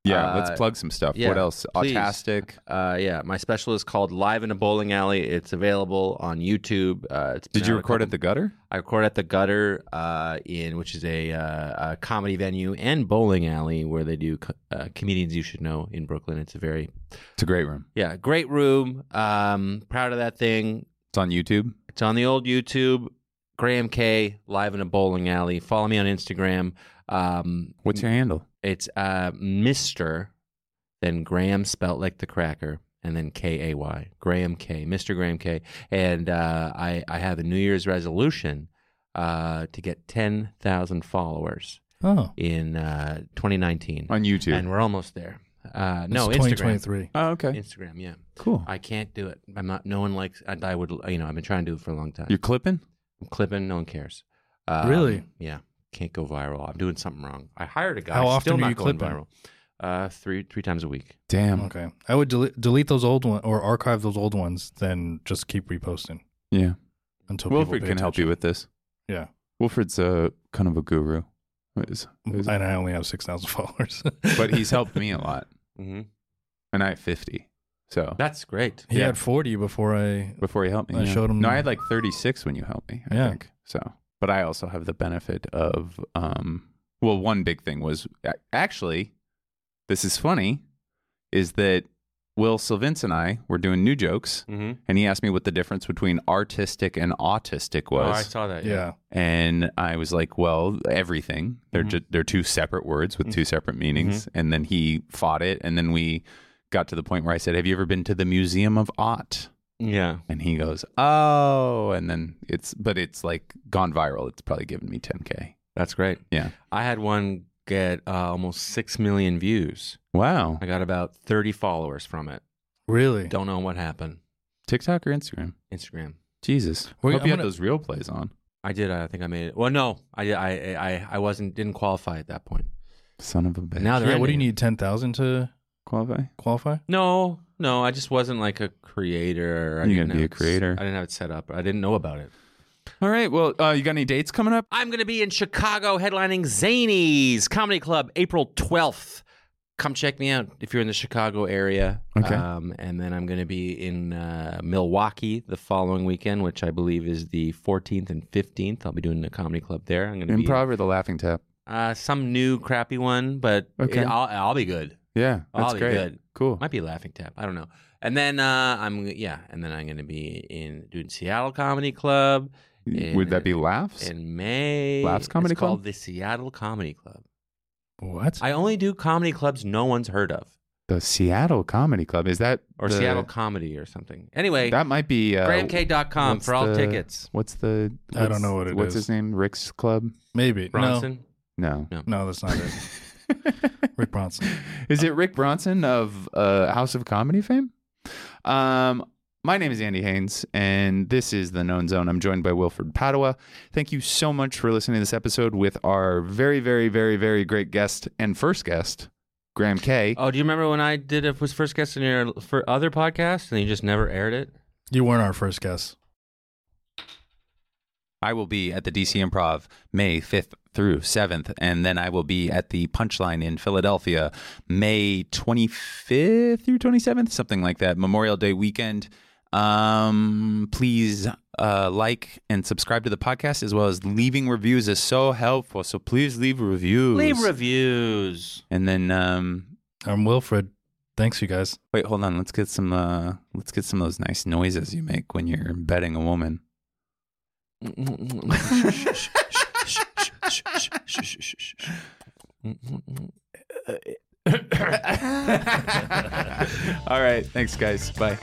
A: Yeah,
B: Uh,
A: let's plug some stuff.
B: yeah,
A: what else?
B: please.
A: Autastic.
B: Uh, yeah, my special is called Live in a Bowling Alley. It's available on YouTube. Uh, it's been
A: Did you
B: out a
A: record
B: couple-
A: at the gutter?
B: I record at the Gutter uh, in which is a, uh, a comedy venue and bowling alley where they do co- uh, comedians you should know in Brooklyn. It's a very
A: It's a great room.
B: yeah great room. Um, proud of that thing.
A: It's on YouTube.
B: It's on the old YouTube. Graham K live in a bowling alley. Follow me on Instagram. Um,
A: What's your handle?
B: it's uh, Mister, then Graham spelt like the cracker, and then K A Y. Graham K. Mister Graham K. And uh, I I have a New Year's resolution uh, to get ten thousand followers
C: Oh,
B: in uh, 2019,
A: On YouTube.
B: and we're almost there. Uh, no,
C: it's
B: Instagram.
C: 2023.
A: oh, okay.
B: Instagram, yeah.
A: Cool.
B: I can't do it. I'm not. No one likes. I, I would. You know, I've been trying to do it for a long time.
A: You're clipping?
B: I'm clipping. No one cares. Um,
C: Really?
B: Yeah. Can't go viral. I'm doing something wrong. I hired a guy.
C: How often
B: still
C: do
B: not
C: you
B: going
C: clip 'em?
B: viral. Uh, three three times a week.
A: Damn.
C: Okay. I would delete delete those old ones or archive those old ones, then just keep reposting
A: Yeah.
C: until
A: Wilfred
C: people
A: can help you with this.
C: Yeah.
A: Wilfred's uh, kind of a guru, Is- is-
C: And I only have six thousand followers.
A: but he's helped me a lot,
B: Mm-hmm.
A: and I have fifty. So
B: That's great.
C: he
A: Yeah.
C: had forty before I.
A: before he helped me,
C: I
A: yeah.
C: showed him-
A: No, I had like thirty six when you helped me. I
C: Yeah.
A: think so. But I also have the benefit of, um, well, one big thing was a- actually, this is funny, is that Will Sylvince and I were doing new jokes,
B: Mm-hmm.
A: and he asked me what the difference between artistic and autistic
B: Oh, I
A: was.
B: saw that.
C: Yeah.
A: And I was like, well, everything. They're
B: Mhm.
A: ju- they're two separate words with two separate meanings. And then he fought it. And then we got to the point where I said, "Have you ever been to the Museum of Art?"
B: Yeah.
A: And he goes, "Oh." And then it's but it's like gone viral. It's probably given me 10k.
B: That's great.
A: Yeah.
B: I had one get uh, almost 6 million views.
A: Wow.
B: I got about 30 followers from it.
C: Really?
B: Don't know what happened.
A: TikTok or Instagram?
B: Instagram.
A: Jesus.
C: Wait,
A: Hope
C: I'm
A: you had
C: gonna-
A: those real plays on.
B: I did. I think I made it. Well, no, I I I, I wasn't didn't qualify at that point.
A: Son of a bitch.
B: Now they're
C: Yeah. What do you
B: ending.
C: need? Ten thousand to
A: qualify.
C: qualify?
B: No, no, I just wasn't like a creator. I
A: You
B: didn't
A: gotta be
B: have
A: a
B: it-
A: creator.
B: I didn't have it set up. I didn't know about it.
A: All right. Well, uh, you got any dates coming up?
B: I'm going to be in Chicago headlining Zanies Comedy Club April 12th. Come check me out if you're in the Chicago area.
A: Okay.
B: Um, and then I'm going to be in uh, Milwaukee the following weekend, which I believe is the 14th and 15th. I'll be doing a comedy club there. I'm going to be
A: Improv or the Laughing Tap?
B: uh, some new crappy one, but
A: Okay.
B: it- I'll, I'll be good.
A: Yeah,
B: I'll
A: that's
B: be
A: great.
B: good.
A: Cool.
B: Might be a laughing tap. I don't know. And then uh, I'm yeah, and then I'm going to be in doing Seattle Comedy Club
A: Would that be laughs?
B: in May.
A: Laughs Comedy
B: it's called
A: Club?
B: the Seattle Comedy Club.
C: What?
B: I only do comedy clubs no one's heard of,
A: The Seattle Comedy Club is that
B: or
A: the-
B: Seattle Comedy or something. Anyway,
A: That might be uh,
B: GrahamK.com
A: what's
B: for all
A: the-
B: tickets.
A: What's the?
C: I
A: what's-
C: don't know what it
A: what's
C: is.
A: his name? Rick's Club?
C: Maybe.
B: Bronson,
A: No.
C: No. No, that's not it. Rick Bronson.
A: Is it Rick Bronson of uh, House of Comedy fame? Um, my name is Andy Haynes, and this is The Known Zone. I'm joined by Wilfred Padua. Thank you so much for listening to this episode with our very, very, very, very great guest and first guest, Graham Kay.
B: Oh, do you remember when I did it was first guest in your for other podcast and you just never aired it?
C: You weren't our first guess.
A: I will be at the DC Improv May 5th through 7th, and then I will be at the Punchline in Philadelphia May 25th through 27th, something like that, Memorial Day weekend. Um, please uh, like and subscribe to the podcast, as well as leaving reviews is so helpful. So please leave reviews.
B: Leave reviews.
A: and then um,
C: I'm Wilfred. Thanks, you guys.
A: wait, hold on. Let's get some. Uh, let's get some of those nice noises you make when you're betting a woman. All right. Thanks, guys. Bye.